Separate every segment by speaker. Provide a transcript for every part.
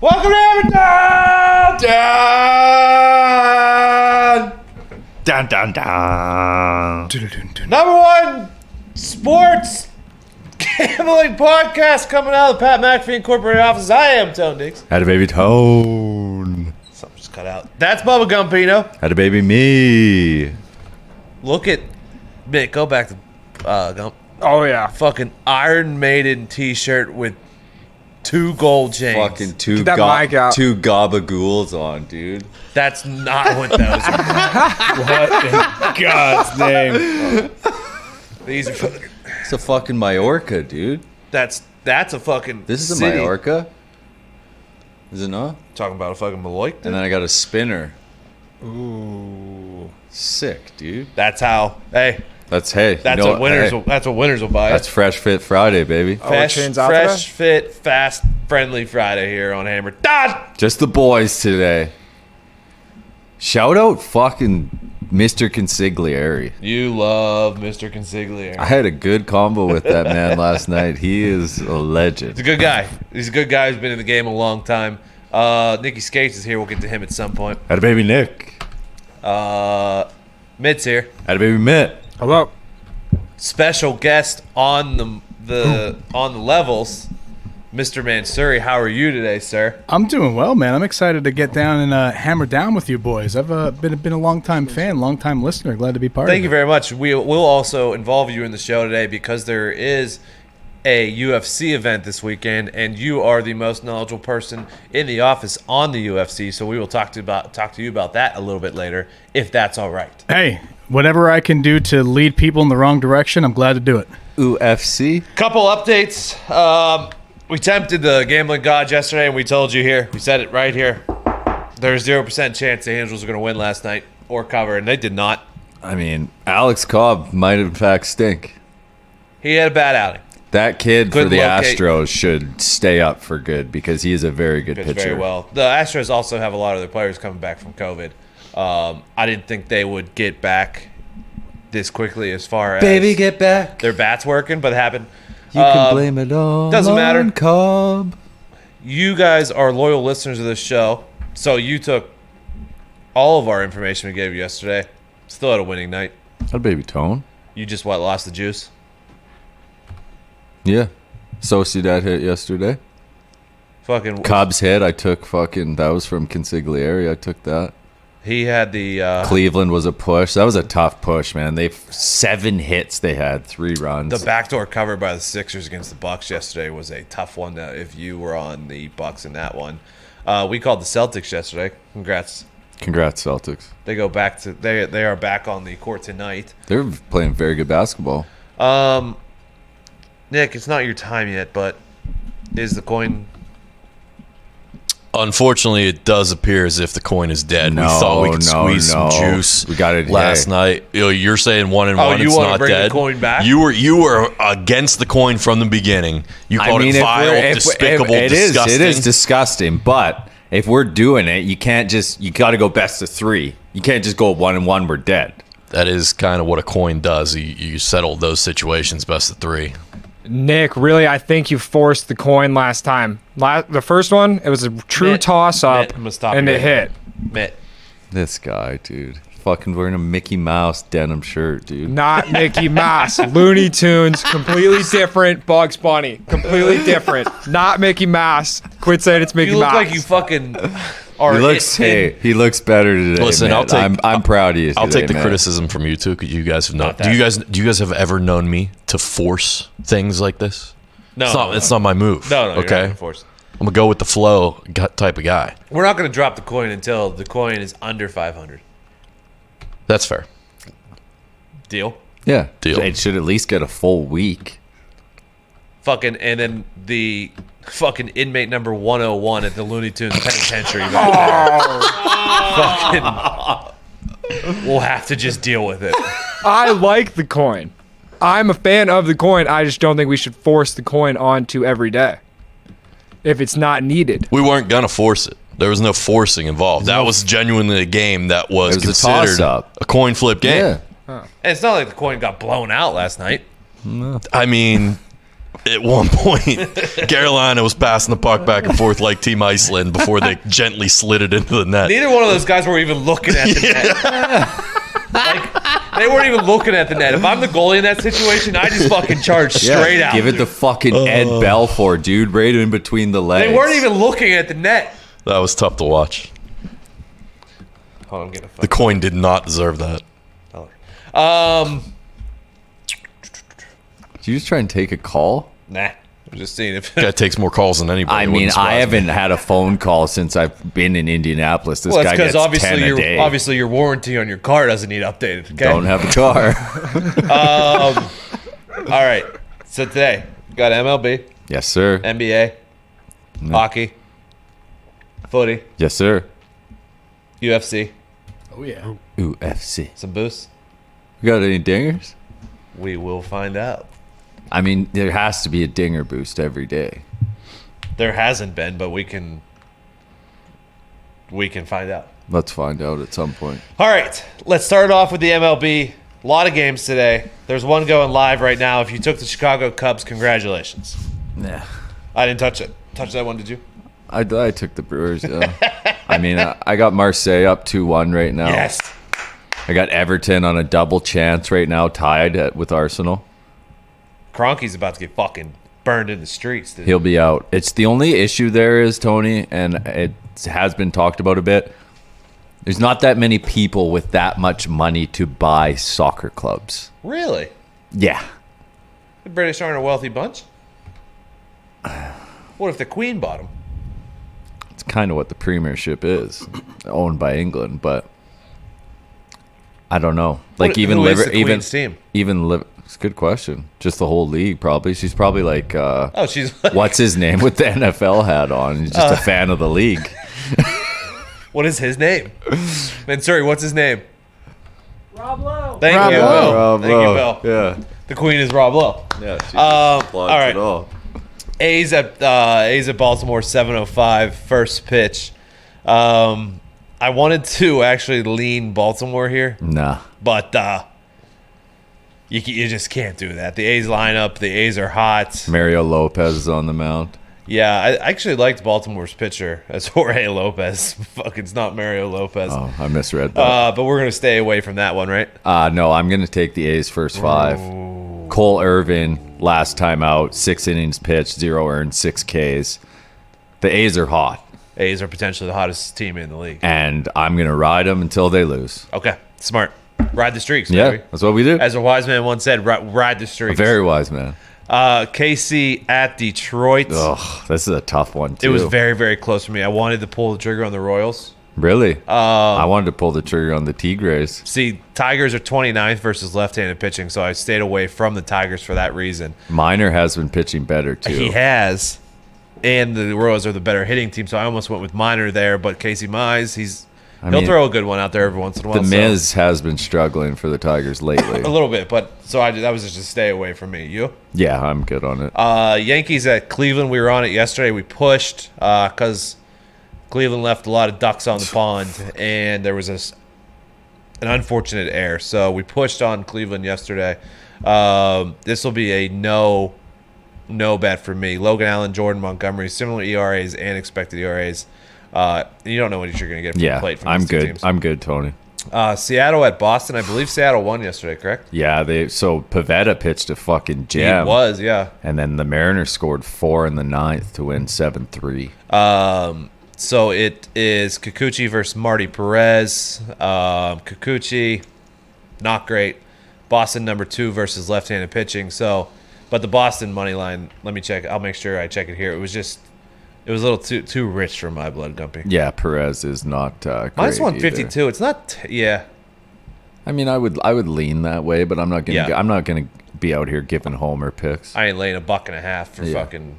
Speaker 1: Welcome to Everton!
Speaker 2: Dun dun
Speaker 3: Uh.
Speaker 2: dun.
Speaker 1: Number one sports gambling podcast coming out of the Pat McAfee Incorporated office. I am Tone Dix.
Speaker 2: Had a baby tone.
Speaker 1: Something just cut out. That's Bubba Gumpino.
Speaker 2: Had a baby me.
Speaker 1: Look at Mick. Go back to uh, Gump.
Speaker 3: Oh yeah,
Speaker 1: Fucking Iron Maiden T-shirt with two gold chains.
Speaker 2: Fucking two
Speaker 3: Get that mic
Speaker 2: go-
Speaker 3: out.
Speaker 2: two gabagools on, dude.
Speaker 1: That's not what those are.
Speaker 3: God's name.
Speaker 1: These are. Fucking,
Speaker 2: It's a fucking Majorca, dude.
Speaker 1: that's that's a fucking.
Speaker 2: This is a
Speaker 1: city.
Speaker 2: Majorca. Is it not?
Speaker 1: Talking about a fucking Maloik.
Speaker 2: And then I got a spinner.
Speaker 3: Ooh,
Speaker 2: Sick, dude.
Speaker 1: That's how. Hey,
Speaker 2: That's hey. you
Speaker 1: that's
Speaker 2: know
Speaker 1: what winners.
Speaker 2: hey,
Speaker 1: will, that's what winners will buy.
Speaker 2: that's Fresh Fit Friday, baby.
Speaker 3: we're
Speaker 1: fresh,
Speaker 3: changed out
Speaker 1: fresh fit, fast, friendly Friday here on Hammer. Dad,
Speaker 2: Just the boys today. Shout out fucking Mr. Consigliere.
Speaker 1: you love Mr.
Speaker 2: I
Speaker 1: Consigliere.
Speaker 2: had a good combo with that man last night. He is a
Speaker 1: He's a
Speaker 2: legend.
Speaker 1: good guy. He's a good guy who's been in the game a long time. Uh, Nikki Skates is here. We'll get to him at some point.
Speaker 2: Had a baby Nick.
Speaker 1: Uh, Mitt's here.
Speaker 2: Had a baby Mitt.
Speaker 3: hello.
Speaker 1: Special guest on the the on the levels, Mr. Mansuri. How are you today, sir?
Speaker 4: I'm doing well, man. I'm excited to get down and uh, hammer down with you boys. I've uh, been been a long time fan, long time listener. Glad to be part
Speaker 1: Thank you
Speaker 4: of it.
Speaker 1: very much. We will also involve you in the show today because there is a UFC event this weekend, and you are the most knowledgeable person in the office on the UFC. So we will talk to you about talk to you about that a little bit later, if that's all right.
Speaker 4: hey, whatever I can do to lead people in the wrong direction, I'm glad to do it.
Speaker 2: UFC.
Speaker 1: Couple updates. Um, we tempted the gambling gods yesterday, and we told you here. We said it right here. There's zero percent chance the Angels are going to win last night or cover, and they did not.
Speaker 2: I mean, Alex Cobb might in fact stink.
Speaker 1: He had a bad outing.
Speaker 2: That kid for
Speaker 1: Couldn't
Speaker 2: the
Speaker 1: locate-
Speaker 2: Astros should stay up for good because he is a very good
Speaker 1: pitch
Speaker 2: pitcher.
Speaker 1: very well. The Astros also have a lot of their players coming back from COVID. Um, I didn't think they would get back this quickly as far as
Speaker 2: Baby, get back.
Speaker 1: their bats working, but it happened.
Speaker 2: You
Speaker 1: Uh,
Speaker 2: can blame it all.
Speaker 1: doesn't matter.
Speaker 2: on Cobb.
Speaker 1: You guys are loyal listeners of this show, so you took all of our information we gave you yesterday. Still had a winning night.
Speaker 2: Had a baby Tone.
Speaker 1: You just what lost the juice.
Speaker 2: Yeah. Sociedad hit yesterday.
Speaker 1: Fucking
Speaker 2: Cobb's hit. I took fucking. That was from Consigliere. I took that.
Speaker 1: he had the uh,
Speaker 2: Cleveland was a push. That was a tough push, man. They seven hits. They had three runs.
Speaker 1: the backdoor cover by the Sixers against the Bucks yesterday was a tough one. uh, If you were on the Bucks in that one, uh, we called the Celtics yesterday. Congrats
Speaker 2: Congrats, Celtics.
Speaker 1: They go back to they they are back on the court tonight.
Speaker 2: They're playing very good basketball.
Speaker 1: Um, Nick, it's not your time yet, but is the coin?
Speaker 5: Unfortunately, it does appear as if the coin is dead.
Speaker 2: No,
Speaker 5: we thought we could
Speaker 2: no,
Speaker 5: squeeze
Speaker 2: no.
Speaker 5: some juice.
Speaker 2: We got it
Speaker 5: last
Speaker 2: today.
Speaker 5: night. You know, you're saying one and
Speaker 1: Oh,
Speaker 5: one.
Speaker 1: you
Speaker 5: it's
Speaker 1: wanna
Speaker 5: not
Speaker 1: bring the
Speaker 5: dead.
Speaker 1: coin back?
Speaker 5: You were you were against the coin from the beginning. You called it vile,
Speaker 2: we're- if-
Speaker 5: despicable,
Speaker 2: if- it is-
Speaker 5: disgusting.
Speaker 2: it is disgusting. But if we're doing it, you can't just you got to go best of three. You can't just go one and one. We're dead.
Speaker 5: that is kind of what a coin does. You, you settle those situations best of three.
Speaker 3: Nick, really, I think you forced the coin last time. La- the first one, it was a true
Speaker 1: Nick,
Speaker 3: toss
Speaker 1: Nick,
Speaker 3: up,
Speaker 1: I'm gonna stop
Speaker 3: and
Speaker 1: you
Speaker 3: it
Speaker 1: right
Speaker 3: hit.
Speaker 1: Mitt.
Speaker 2: This guy, dude, fucking wearing a Mickey Mouse denim shirt, dude.
Speaker 3: Not Mickey Mouse, Looney Tunes, completely different. Bugs Bunny, completely different. Not Mickey Mouse. Quit saying it's Mickey
Speaker 1: You look
Speaker 3: Mouse.
Speaker 1: like you fucking are.
Speaker 2: He looks,
Speaker 1: it.
Speaker 2: hey, he looks better today.
Speaker 5: Listen,
Speaker 2: man.
Speaker 5: I'll take-
Speaker 2: I'm, I'm proud of you.
Speaker 5: I'll
Speaker 2: today,
Speaker 5: take the
Speaker 2: man.
Speaker 5: criticism from you two. 'cause You guys have not. do you guys do you guys have ever known me to force things like this?
Speaker 1: No,
Speaker 5: it's not.
Speaker 1: no,
Speaker 5: It's not my move.
Speaker 1: no, no.
Speaker 5: okay,
Speaker 1: Okay.
Speaker 5: I'm gonna go with the flow gu- type of guy.
Speaker 1: We're not going to drop the coin until the coin is under five hundred.
Speaker 5: That's fair.
Speaker 1: Deal.
Speaker 2: Yeah,
Speaker 5: Deal.
Speaker 2: It should at least get a full week.
Speaker 1: Fucking and then the fucking inmate number one hundred one at the Looney Tunes penitentiary. back
Speaker 2: Oh.
Speaker 1: there. fucking. We'll have to just deal with it.
Speaker 3: I like the coin. I'm a fan of the coin. I just don't think we should force the coin onto every day if it's not needed.
Speaker 5: We weren't gonna force it. There was no forcing involved. That was genuinely a game that was,
Speaker 2: It was a
Speaker 5: considered a,
Speaker 2: toss-up.
Speaker 5: coin flip game.
Speaker 2: Yeah,
Speaker 1: And it's not like the coin got blown out last night.
Speaker 5: I mean, at one point, Carolina was passing the puck back and forth like Team Iceland before they gently slid it into the net.
Speaker 1: Neither one of those guys were even looking at the net. Like, they weren't even looking at the net. If I'm the goalie in that situation, I just fucking charge straight out.
Speaker 2: Give it the fucking Ed Belfour, dude, right in between the legs.
Speaker 1: they weren't even looking at the net.
Speaker 5: That was tough to watch.
Speaker 1: Hold on, I'm getting a
Speaker 5: The coin did not deserve that.
Speaker 1: fucking dollar. Um,
Speaker 2: Did you just try and take a call?
Speaker 1: nah. I'm just seeing if.
Speaker 5: Guy takes more calls than anybody.
Speaker 2: I
Speaker 5: It
Speaker 2: mean,
Speaker 5: wouldn't surprise
Speaker 2: I
Speaker 5: me.
Speaker 2: haven't had a phone call since I've been in Indianapolis. This
Speaker 1: Well, it's
Speaker 2: guy
Speaker 1: because
Speaker 2: gets ten
Speaker 1: obviously
Speaker 2: a day.
Speaker 1: your obviously your warranty on your car doesn't need updated. Okay?
Speaker 2: Don't have a car.
Speaker 1: All right. So today we got MLB,
Speaker 2: yes, sir.
Speaker 1: NBA, hockey, footy,
Speaker 2: Yes, sir.
Speaker 1: UFC,
Speaker 4: Oh yeah.
Speaker 2: UFC.
Speaker 1: some boosts.
Speaker 2: We got any dingers?
Speaker 1: We will find out.
Speaker 2: I mean, there has to be a dinger boost every day.
Speaker 1: There hasn't been, but we can we can find out.
Speaker 2: Let's find out at some point.
Speaker 1: All right, let's start off with the MLB. A lot of games today. There's one going live right now. If you took the Chicago Cubs, congratulations.
Speaker 2: Yeah.
Speaker 1: I didn't touch it. Touch that one, did you?
Speaker 2: I, I took the Brewers. though. I mean, I, I got Marseille up 2 1 right now.
Speaker 1: Yes.
Speaker 2: I got Everton on a double chance right now, tied at, with Arsenal.
Speaker 1: Cronky's about to get fucking burned in the streets. Dude.
Speaker 2: He'll be out. It's the only issue there is, Tony, and it has been talked about a bit. There's not that many people with that much money to buy soccer clubs.
Speaker 1: Really?
Speaker 2: Yeah.
Speaker 1: The British aren't a wealthy bunch. What if the Queen bought them?
Speaker 2: It's kind of what the Premiership is, owned by England, but I don't know. Like
Speaker 1: What-
Speaker 2: even
Speaker 1: who is
Speaker 2: Liver,
Speaker 1: the
Speaker 2: even
Speaker 1: Queen's team?
Speaker 2: even Liver. It's a good question. Just the whole league, probably. She's probably like, uh,
Speaker 1: Oh, she's like,
Speaker 2: what's his name with the NFL hat on? He's just a
Speaker 1: Uh.
Speaker 2: fan of the league.
Speaker 1: what is his name? Mansuri, what's his name? Rob Lowe. Thank
Speaker 4: Rob
Speaker 1: you,
Speaker 4: Lowe.
Speaker 1: Bill. Thank you, Bill.
Speaker 2: Yeah,
Speaker 1: The Queen is Rob Lowe.
Speaker 2: yeah. She
Speaker 1: Um, all right. A's at uh, A's at Baltimore 705 first pitch. Um, I wanted to actually lean Baltimore here,
Speaker 2: Nah.
Speaker 1: but uh, you ca- you just can't do that. The A's lineup, the A's are hot.
Speaker 2: Mario Lopez is on the mound.
Speaker 1: Yeah, I actually liked Baltimore's pitcher as Jorge Lopez. Fuck, it's not Mario Lopez.
Speaker 2: Oh, I misread that.
Speaker 1: Uh, but we're gonna stay away from that one, right?
Speaker 2: Uh, no, I'm going to take the A's first five. Cole Irvin, last time out, six innings pitched, zero earned, six Ks. The A's are hot,
Speaker 1: A's are potentially the hottest team in the league.
Speaker 2: and I'm going to ride them until they lose.
Speaker 1: Okay, smart. Ride the streaks,
Speaker 2: Yeah,
Speaker 1: baby.
Speaker 2: that's what we do.
Speaker 1: As a wise man once said, ri- ride the streaks.
Speaker 2: Very wise, man.
Speaker 1: Uh, KC at Detroit.
Speaker 2: Ugh, this is a tough one, too.
Speaker 1: It was very, very close for me. I wanted to pull the trigger on the Royals.
Speaker 2: Really?
Speaker 1: uh,
Speaker 2: I wanted to pull the trigger on the Tigres.
Speaker 1: See, Tigers are 29th versus left-handed pitching, so I stayed away from the Tigers for that reason.
Speaker 2: Miner has been pitching better, too.
Speaker 1: He has, and the Royals are the better hitting team, so I almost went with Miner there. But Casey Mize, he's he'll
Speaker 2: mean,
Speaker 1: throw a good one out there every once in a while.
Speaker 2: the
Speaker 1: so-
Speaker 2: Miz has been struggling for the Tigers
Speaker 1: a
Speaker 2: lately.
Speaker 1: little bit, but so I that was just a stay away from me. You,
Speaker 2: yeah, I'm good on it.
Speaker 1: uh, Yankees at Cleveland. We were on it yesterday. We pushed because Cleveland left a lot of ducks on the pond, and there was this an unfortunate error. So we pushed on Cleveland yesterday. Um, this will be a no, no bet for me. Logan Allen, Jordan Montgomery, similar ERAs and expected ERAs. Uh, you don't know what you're going to get from the
Speaker 2: yeah,
Speaker 1: plate. From
Speaker 2: I'm
Speaker 1: these two
Speaker 2: good.
Speaker 1: teams.
Speaker 2: I'm good, Tony.
Speaker 1: uh, Seattle at Boston. I believe Seattle won yesterday. Correct?
Speaker 2: Yeah, they so Pavetta pitched a fucking
Speaker 1: It
Speaker 2: jam,
Speaker 1: was. Yeah.
Speaker 2: and then the Mariners scored four in the ninth to win seven three.
Speaker 1: Um, so it is Kikuchi versus Marty Perez. Um, Kikuchi, not great. Boston number two versus left-handed pitching. So, but the Boston money line. Let me check. I'll make sure I check it here. It was just, it was a little too too rich for my blood company.
Speaker 2: Yeah, Perez is not uh, great
Speaker 1: Minus one
Speaker 2: either.
Speaker 1: fifty-two. It's not. T- yeah,
Speaker 2: I mean, I would I would lean that way, but I'm not gonna
Speaker 1: Yeah.
Speaker 2: I'm not gonna be out here giving homer picks.
Speaker 1: I ain't laying a buck and a half for
Speaker 2: Yeah.
Speaker 1: fucking.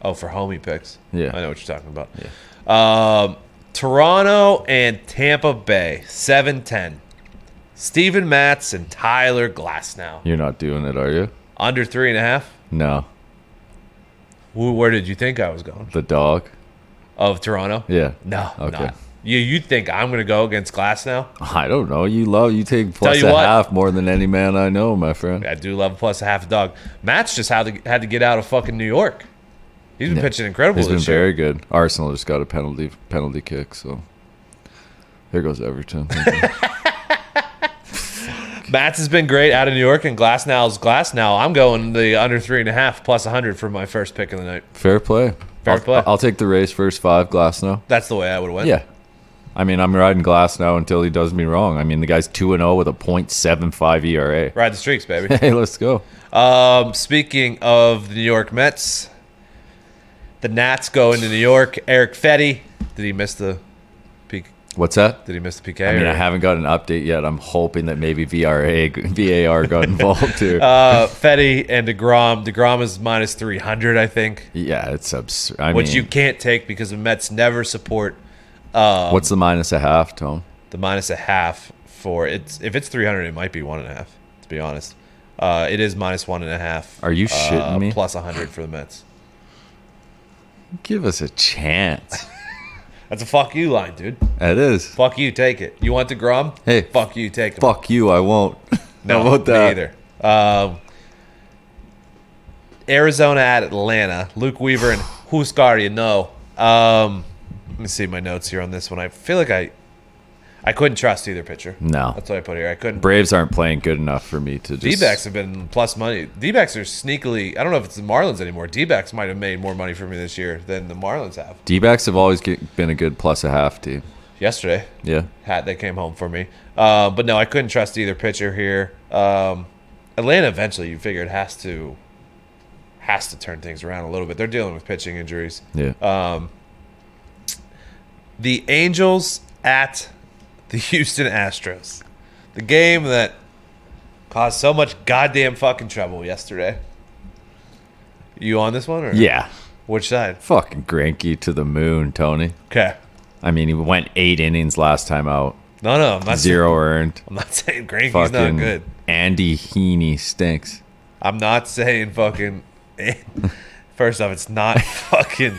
Speaker 1: Oh, for homie picks.
Speaker 2: Yeah.
Speaker 1: I know what you're talking about. Um, Toronto and Tampa Bay, seven ten. Steven Matz and Tyler Glass now.
Speaker 2: You're not doing it, are you?
Speaker 1: Under three and a half.
Speaker 2: No,
Speaker 1: Who, where did you think I was going?
Speaker 2: the dog.
Speaker 1: Of Toronto?
Speaker 2: Yeah.
Speaker 1: No,
Speaker 2: Okay.
Speaker 1: not. You you think I'm gonna go against Glass now?
Speaker 2: I don't know. You love you take plus
Speaker 1: you
Speaker 2: a
Speaker 1: what.
Speaker 2: half more than any man I know, my friend.
Speaker 1: I do love plus a half a dog. Matt's just had to had to get out of fucking New York. He's been pitching incredible
Speaker 2: He's been
Speaker 1: this year.
Speaker 2: very good. Arsenal just got a penalty penalty kick, so here goes Everton.
Speaker 1: Matt's has been great out of New York, and Glass now is Glass now. I'm going the under three and a half plus 100 for my first pick of the night.
Speaker 2: Fair play.
Speaker 1: Fair
Speaker 2: I'll,
Speaker 1: play.
Speaker 2: I'll take the race first five glass now.
Speaker 1: That's the way I would have went.
Speaker 2: Yeah. I mean, I'm riding glass now until he does me wrong. I mean, the guy's 2 and 0 with a .75 ERA.
Speaker 1: Ride the streaks, baby.
Speaker 2: E Hey, let's go.
Speaker 1: Um, speaking of the New York Mets, the Nats go into New York. Eric Fetty, did he miss the peak?
Speaker 2: What's that?
Speaker 1: Did he miss the PK?
Speaker 2: I mean, I
Speaker 1: or-
Speaker 2: haven't got an update yet. I'm hoping that maybe VRA, VAR got involved too.
Speaker 1: uh, Fetty and Degrom. Degrom is minus 300, I think,
Speaker 2: yeah, it's absurd. I
Speaker 1: which
Speaker 2: mean,
Speaker 1: you can't take because the Mets never support uh,
Speaker 2: what's the minus a half, Tone?
Speaker 1: the minus a half for it's if it's 300, it might be one and a half. To be honest, uh, it is minus one and a half.
Speaker 2: Are you shitting
Speaker 1: uh,
Speaker 2: me?
Speaker 1: Plus 100 for the Mets.
Speaker 2: Give us a chance.
Speaker 1: That's a fuck you line, dude.
Speaker 2: It is.
Speaker 1: Fuck you, take it. You want Degrom?
Speaker 2: Hey.
Speaker 1: fuck you, take him.
Speaker 2: Fuck you, I won't.
Speaker 1: No,
Speaker 2: How about that?
Speaker 1: me either. Um, Arizona at Atlanta. Luke Weaver and Huskar, you know. Um, let me see my notes here on this one. I feel like I, I couldn't trust either pitcher.
Speaker 2: No.
Speaker 1: that's what I put here. I couldn't.
Speaker 2: Braves aren't playing good enough for me to
Speaker 1: D
Speaker 2: just.
Speaker 1: backs have been plus money. D backs are sneakily. I don't know if it's the Marlins anymore. D backs might have made more money for me this year than the Marlins have.
Speaker 2: D-backs have always get, been a good plus a half team.
Speaker 1: Yesterday,
Speaker 2: Yeah.
Speaker 1: hat that came home for me. Uh, but no, I couldn't trust either pitcher here. Um, Atlanta eventually, you figured, has to has to turn things around a little bit. They're dealing with pitching injuries.
Speaker 2: Yeah.
Speaker 1: The Angels at the Houston Astros, the game that caused so much goddamn fucking trouble yesterday. You on this one or
Speaker 2: yeah.
Speaker 1: Which side?
Speaker 2: Fucking Granky to the moon, Tony.
Speaker 1: Okay.
Speaker 2: I mean, he went eight innings last time out,
Speaker 1: No, no, I'm not
Speaker 2: zero earned.
Speaker 1: I'm not saying Granky's
Speaker 2: Fucking
Speaker 1: not good.
Speaker 2: Andy Heaney stinks.
Speaker 1: I'm not saying fucking. First off, it's not fucking.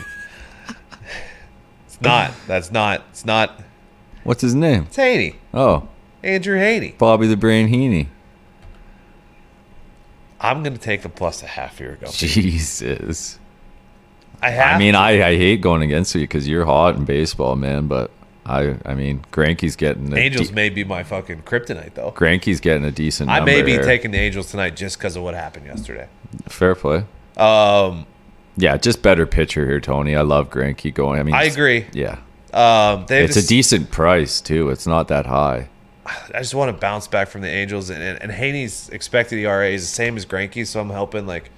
Speaker 1: It's not. That's not. It's not.
Speaker 2: What's his name?
Speaker 1: It's Haney.
Speaker 2: Oh,
Speaker 1: Andrew Haney.
Speaker 2: Bobby the Brain Heaney.
Speaker 1: I'm gonna take the plus a half here. Go.
Speaker 2: Jesus.
Speaker 1: I have.
Speaker 2: I mean, I, I hate going against you because you're hot in baseball, man. But I I mean, Granky's getting a
Speaker 1: Angels
Speaker 2: De-
Speaker 1: may be my fucking kryptonite though.
Speaker 2: Granky's getting a decent.
Speaker 1: I may
Speaker 2: number
Speaker 1: be
Speaker 2: here.
Speaker 1: taking the Angels tonight just because of what happened yesterday.
Speaker 2: fair play.
Speaker 1: Um,
Speaker 2: Yeah, just better pitcher here, Tony. I love Granky going. I mean,
Speaker 1: I
Speaker 2: it's-
Speaker 1: agree.
Speaker 2: Yeah,
Speaker 1: Um, they
Speaker 2: it's
Speaker 1: just,
Speaker 2: a decent price too. It's not that high.
Speaker 1: I just want to bounce back from the Angels, and, and, and Haney's expected ERA is the same as Granky, so I'm helping. Like,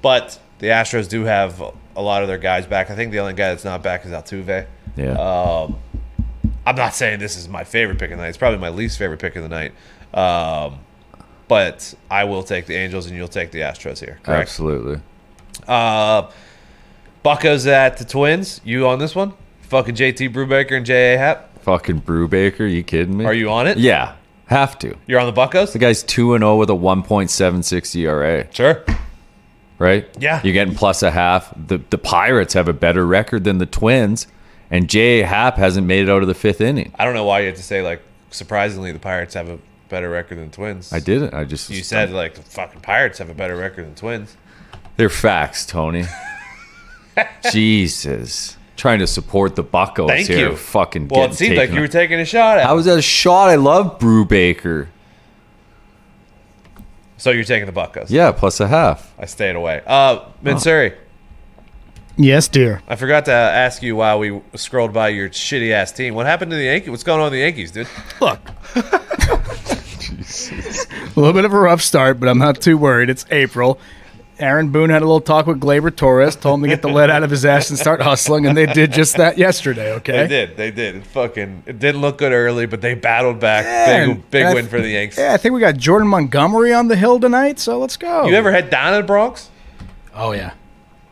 Speaker 1: but the Astros do have a lot of their guys back. I think the only guy that's not back is Altuve.
Speaker 2: Yeah.
Speaker 1: Uh, I'm not saying this is my favorite pick of the night. It's probably my least favorite pick of the night. Um, but I will take the Angels, and you'll take the Astros here. Correct.
Speaker 2: Absolutely.
Speaker 1: Uh, Bucko's at the Twins. You on this one? Fucking JT Brubaker and J.A. Happ.
Speaker 2: Fucking Brubaker, you kidding me?
Speaker 1: Are you on it?
Speaker 2: Yeah, have to.
Speaker 1: You're on the Buckos.
Speaker 2: The guy's 2 and 0 with a 1.76 ERA,
Speaker 1: Sure.
Speaker 2: E right?
Speaker 1: Yeah.
Speaker 2: You're getting plus a half. The the Pirates have a better record than the Twins, and J.A. Happ hasn't made it out of the 5th inning.
Speaker 1: I don't know why you had to say like surprisingly the Pirates have a better record than Twins.
Speaker 2: I didn't. I just
Speaker 1: You said like the fucking Pirates have a better record than Twins.
Speaker 2: they're facts, Tony. Jesus. Trying to support the Buckos
Speaker 1: Thank
Speaker 2: here.
Speaker 1: you.
Speaker 2: Fucking
Speaker 1: Well,
Speaker 2: getting
Speaker 1: it seemed like
Speaker 2: taken
Speaker 1: you
Speaker 2: on-
Speaker 1: were taking a shot at.
Speaker 2: How was that a shot? I love Brubaker.
Speaker 1: so you're taking the Buckos.
Speaker 2: Yeah, plus a half.
Speaker 1: I stayed away. Uh, Mansuri,
Speaker 6: Yes, dear.
Speaker 1: I forgot to ask you while we scrolled by your shitty ass team. What happened to the Yankees? What's going on with the Yankees, dude?
Speaker 6: Look,
Speaker 4: A little bit of a rough start, but I'm not too worried. It's April. Aaron Boone had a little talk with Glaber Torres, told him to get the lead out of his ass and start hustling, and they did just that yesterday. Okay,
Speaker 1: They did. They did. It fucking. It didn't look good early, but they battled back. big
Speaker 4: And-
Speaker 1: big
Speaker 4: and I
Speaker 1: win
Speaker 4: th-
Speaker 1: for the Yankees.
Speaker 4: Yeah, I think we got Jordan Montgomery on the hill tonight, so let's go.
Speaker 1: You ever had down in the Bronx?
Speaker 4: Oh yeah,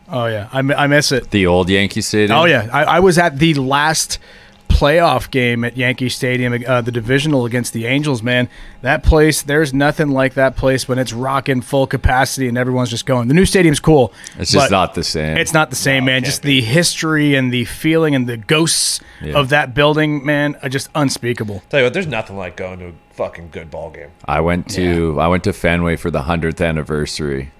Speaker 4: oh yeah. I, mi- I miss it.
Speaker 2: The old Yankee Stadium.
Speaker 4: Oh yeah, I, I was at the last playoff game at Yankee Stadium, uh, the divisional against the Angels, man. That place, there's nothing like that place when it's rocking full capacity and everyone's just going. The new stadium's cool.
Speaker 2: It's just
Speaker 4: but
Speaker 2: not the same.
Speaker 4: It's not the same, man. Just the history and the feeling and the ghosts of that building, man, are just unspeakable.
Speaker 1: Tell you what, there's nothing like going to a fucking good ball game.
Speaker 2: I went to I went to Fenway for the hundredth anniversary.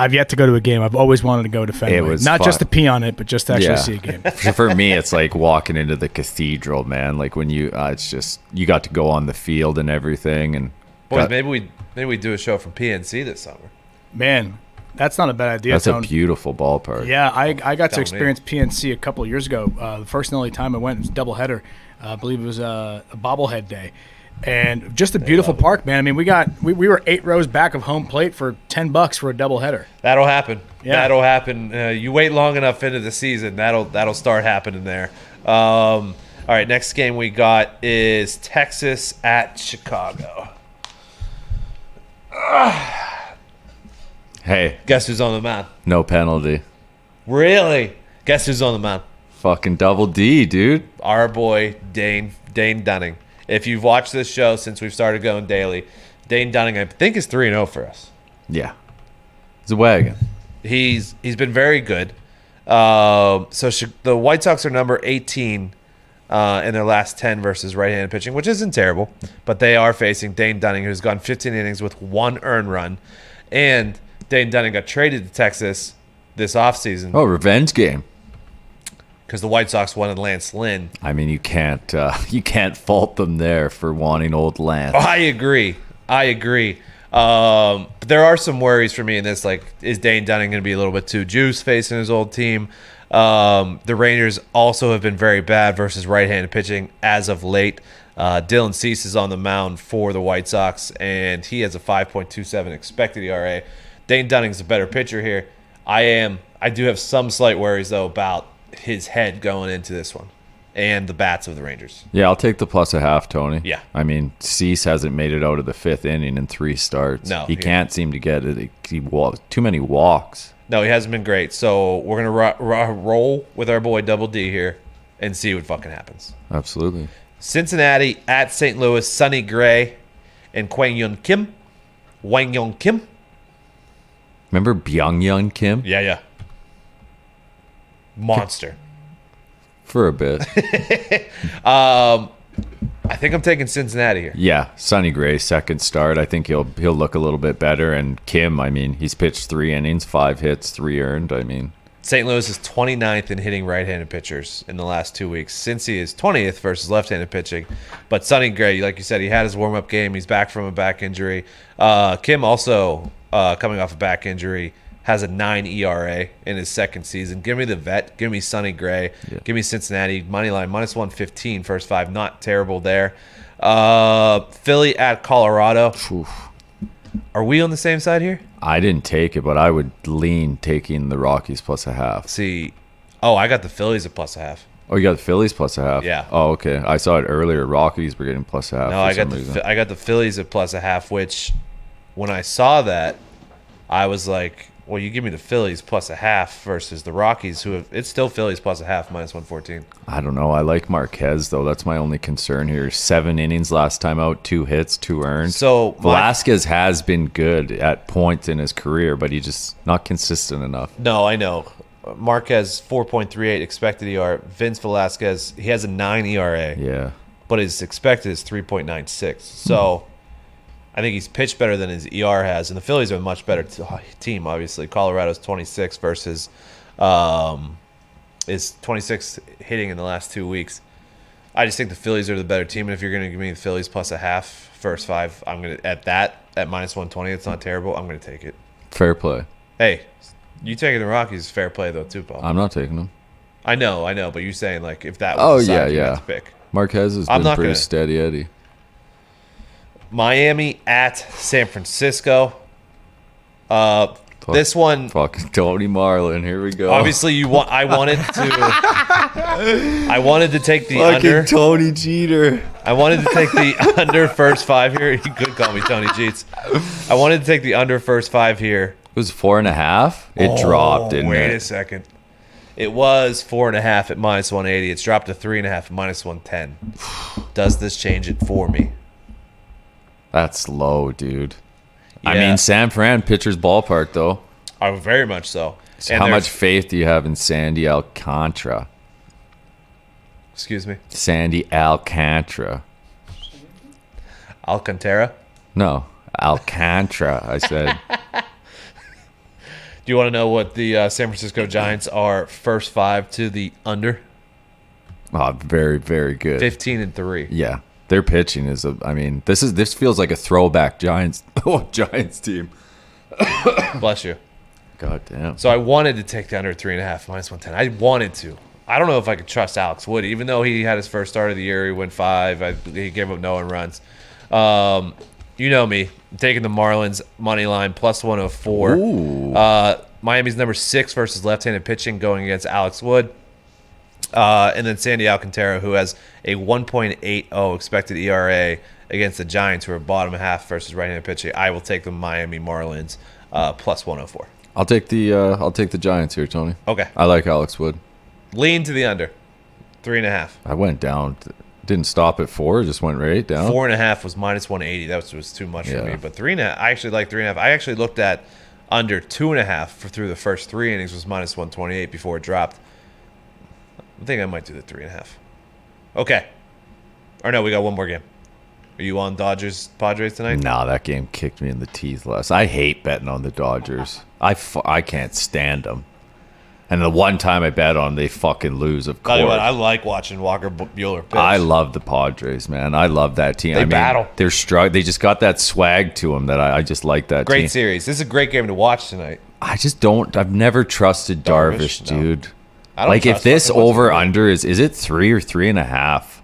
Speaker 4: I've yet to go to a game. I've always wanted to go to Fenway.
Speaker 2: It was
Speaker 4: not
Speaker 2: fun.
Speaker 4: just to pee on it, but just to actually
Speaker 2: Yeah.
Speaker 4: see a game.
Speaker 2: So for me, it's like walking into the cathedral, man. Like when you, uh, it's just you got to go on the field and everything, and
Speaker 1: Boys,
Speaker 2: got-
Speaker 1: maybe we maybe we do a show from PNC this summer.
Speaker 4: Man, that's not a bad idea.
Speaker 2: that's a
Speaker 4: Tone.
Speaker 2: beautiful ballpark.
Speaker 4: Yeah, I, I got to
Speaker 1: me.
Speaker 4: experience PNC a couple years ago. Uh, the first and only time I went was doubleheader. Uh, I believe it was uh, a bobblehead day, and just a beautiful park, man. I mean, we got we, we were eight rows back of home plate for ten bucks for a doubleheader.
Speaker 1: That'll happen.
Speaker 4: Yeah.
Speaker 1: That'll happen. Uh, you wait long enough into the season, that'll that'll start happening there. Um, all right, next game we got is Texas at Chicago.
Speaker 2: Hey,
Speaker 1: Guess who's on the mound?
Speaker 2: no penalty.
Speaker 1: Really? Guess who's on the mound?
Speaker 2: Fucking double D, dude.
Speaker 1: Our boy Dane Dane Dunning. If you've watched this show since we've started going daily, Dane Dunning I think is three and zero for us.
Speaker 2: Yeah, it's a wagon.
Speaker 1: He's he's been very good. Um, so Chi- the White Sox are number 18 uh, in their last 10 versus right-handed pitching, which isn't terrible, but they are facing Dane Dunning, who's gone 15 innings with one earned run, and Dane Dunning got traded to Texas this offseason
Speaker 2: Oh, revenge game.
Speaker 1: because the White Sox wanted Lance Lynn.
Speaker 2: I mean, you can't uh, you can't fault them there for wanting old Lance.
Speaker 1: Oh, I agree. I agree. Um, but there are some worries for me in this. Like, is Dane Dunning going to be a little bit too juice facing his old team? Um, the Rangers also have been very bad versus right-handed pitching as of late. Uh, Dylan Cease is on the mound for the White Sox, and he has a 5.27 expected ERA. Dane Dunning's a better pitcher here. I am. I do have some slight worries though about his head going into this one, and the bats of the Rangers.
Speaker 2: Yeah, I'll take the plus a half, Tony.
Speaker 1: Yeah.
Speaker 2: I mean, Cease hasn't made it out of the fifth inning in three starts.
Speaker 1: No,
Speaker 2: he
Speaker 1: he-
Speaker 2: can't seem to get it. He wa- too many walks.
Speaker 1: No, he hasn't been great. So we're gonna ro- ro- roll with our boy Double D here and see what fucking happens.
Speaker 2: Absolutely.
Speaker 1: Cincinnati at St. Louis, Sonny Gray and Kwang Yun Kim. Wang Yun Kim.
Speaker 2: Remember Byung Yun Kim
Speaker 1: Yeah, yeah. Monster.
Speaker 2: for a bit.
Speaker 1: I think I'm taking Cincinnati here.
Speaker 2: yeah, Sonny Gray second start. I think he'll he'll look a little bit better. And Kim, I mean, he's pitched three innings, five hits, three earned. I mean,
Speaker 1: St. Louis is 29th in hitting right-handed pitchers in the last two weeks. Since he is 20th versus left-handed pitching, but Sonny Gray, like you said, he had his warm-up game. He's back from a back injury. Uh, Kim also uh, coming off a back injury has a nine ERA in his second season. Give me the vet. Give me Sonny Gray. Give me Cincinnati money line minus 115 first five. Not terrible there. Uh, Philly at Colorado. Are we on the same side here?
Speaker 2: I didn't take it, but I would lean taking the Rockies plus a half.
Speaker 1: See, oh, I got the Phillies at plus a half.
Speaker 2: Oh, you got the Phillies plus a half.
Speaker 1: Yeah.
Speaker 2: Oh, okay. I saw it earlier. Rockies were getting plus a half.
Speaker 1: No,
Speaker 2: for
Speaker 1: Oh, I
Speaker 2: some
Speaker 1: got the
Speaker 2: reason.
Speaker 1: Phi- I got the Phillies at plus a half, which when I saw that, I was like, "Well, you give me the Phillies plus a half versus the Rockies, who have it's still Phillies plus a half minus one fourteen.
Speaker 2: I don't know. I like Marquez though. That's my only concern here. Seven innings last time out, two hits, two earned.
Speaker 1: So, my-
Speaker 2: Velasquez has been good at points in his career, but he just not consistent enough.
Speaker 1: No, I know. Marquez four point three eight expected ER. Vince Velasquez he has a nine ERA,
Speaker 2: Yeah,
Speaker 1: but his expected is three point nine six. So. I think he's pitched better than his ER has, and the Phillies are a much better t- team. Obviously, Colorado's 26 versus um, is 26 hitting in the last two weeks. I just think the Phillies are the better team, and if you're going to give me the Phillies plus a half first five, I'm going to at that at minus 120. It's not terrible. I'm going to take it.
Speaker 2: fair play.
Speaker 1: Hey, you taking the Rockies is fair play though too, Paul.
Speaker 2: I'm not taking him.
Speaker 1: I know, I know, but you're saying like if that
Speaker 2: Oh
Speaker 1: was the
Speaker 2: yeah,
Speaker 1: side you had
Speaker 2: yeah.
Speaker 1: to pick
Speaker 2: Marquez has
Speaker 1: I'm
Speaker 2: been
Speaker 1: not
Speaker 2: pretty
Speaker 1: gonna-
Speaker 2: steady Eddie.
Speaker 1: Miami at San Francisco. Uh,
Speaker 2: Fuck.
Speaker 1: this one
Speaker 2: Fucking Tony Marlin. Here we go.
Speaker 1: Obviously, you want. I wanted to. I wanted to take the
Speaker 2: fucking
Speaker 1: under.
Speaker 2: Tony Jeter.
Speaker 1: I wanted to take the under first five here. You could call me Tony Jeets. I wanted to take the under first five here.
Speaker 2: It was four and a half. It dropped.
Speaker 1: Oh,
Speaker 2: Didn't
Speaker 1: wait
Speaker 2: it?
Speaker 1: a second. It was four and a half at minus 180. It's dropped to three and a half at minus 110. Does this change it for me?
Speaker 2: That's low, dude. I
Speaker 1: Yeah.
Speaker 2: mean, San Fran pitchers ballpark though.
Speaker 1: Oh, very much so.
Speaker 2: So
Speaker 1: And
Speaker 2: how
Speaker 1: they're-
Speaker 2: much faith do you have in Sandy Alcantara?
Speaker 1: Excuse me.
Speaker 2: Sandy Alcantara.
Speaker 1: Alcantara.
Speaker 2: No, Alcantara. I said.
Speaker 1: Do you want to know what the uh, San Francisco Giants are first five to the under?
Speaker 2: oh, very, very good.
Speaker 1: 15 and three.
Speaker 2: Yeah, their pitching is. A, I mean, this is this feels like a throwback Giants. Oh, Giants team.
Speaker 1: Bless you.
Speaker 2: God damn.
Speaker 1: So I wanted to take the under three and a half minus one ten. I wanted to. I don't know if I could trust Alex Wood, even though he had his first start of the year. He went five. I, he gave up no one runs. Um, you know me, I'm taking the Marlins money line plus one hundred four. Uh, Miami's number six versus left-handed pitching going against Alex Wood. Uh, and then Sandy Alcantara, who has a 1.80 expected ERA against the Giants, who are bottom half versus right-handed pitching. I will take the Miami Marlins uh, plus 104.
Speaker 2: I'll take the uh, I'll take the Giants here, Tony.
Speaker 1: Okay.
Speaker 2: I like Alex Wood.
Speaker 1: Lean to the under. Three and a half.
Speaker 2: I went down, didn't stop at four, just went right down.
Speaker 1: Four and a half was minus 180. That was, was too much for
Speaker 2: Yeah.
Speaker 1: me. But three and a half, I actually like three and a half. I actually looked at under two and a half for through the first three innings was minus 128 before it dropped. I think I might do the three and a half. Okay. Or no, we got one more game. Are you on Dodgers Padres tonight?
Speaker 2: Nah, that game kicked me in the teeth last. I hate betting on the Dodgers. I, fu- I can't stand them. And the one time I bet on, 'em, they fucking lose. Of
Speaker 1: Tell
Speaker 2: course.
Speaker 1: you what, I like watching Walker Bu- Bueller pitch.
Speaker 2: I love the Padres, man. I love that team.
Speaker 1: They
Speaker 2: I mean,
Speaker 1: battle.
Speaker 2: They're strong. They just got that swag to them that I, I just like that.
Speaker 1: great
Speaker 2: team.
Speaker 1: series. This is a great game to watch tonight.
Speaker 2: I just don't. I've never trusted Darvish,
Speaker 1: Darvish, no.
Speaker 2: dude.
Speaker 1: I don't
Speaker 2: Like if
Speaker 1: trust
Speaker 2: this
Speaker 1: fucking what's-
Speaker 2: over under is is it three or three and a half?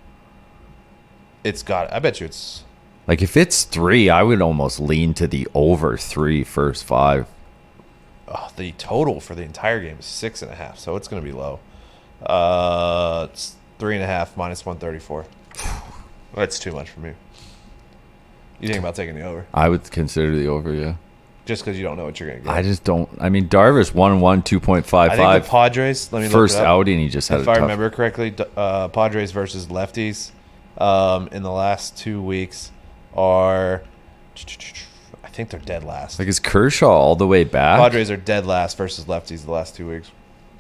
Speaker 1: It's got. I bet you it's.
Speaker 2: Like if it's three, I would almost lean to the over three first five.
Speaker 1: Oh, the total for the entire game is six and a half, so it's going to be low. Uh, it's three and a half minus one thirty-four. That's too much for me. You think about taking the over
Speaker 2: I would consider the over. Yeah,
Speaker 1: just because you don't know what you're going to get.
Speaker 2: I just don't. I mean, Darvish one one two point five
Speaker 1: I think the
Speaker 2: five
Speaker 1: Padres. Let me
Speaker 2: first
Speaker 1: look it up.
Speaker 2: outing. He just had
Speaker 1: If
Speaker 2: a
Speaker 1: I
Speaker 2: tough.
Speaker 1: remember correctly, d- uh, Padres versus lefties um, in the last two weeks are. I think they're dead last.
Speaker 2: Like is Kershaw all the way back?
Speaker 1: Padres are dead last versus lefties the last two weeks.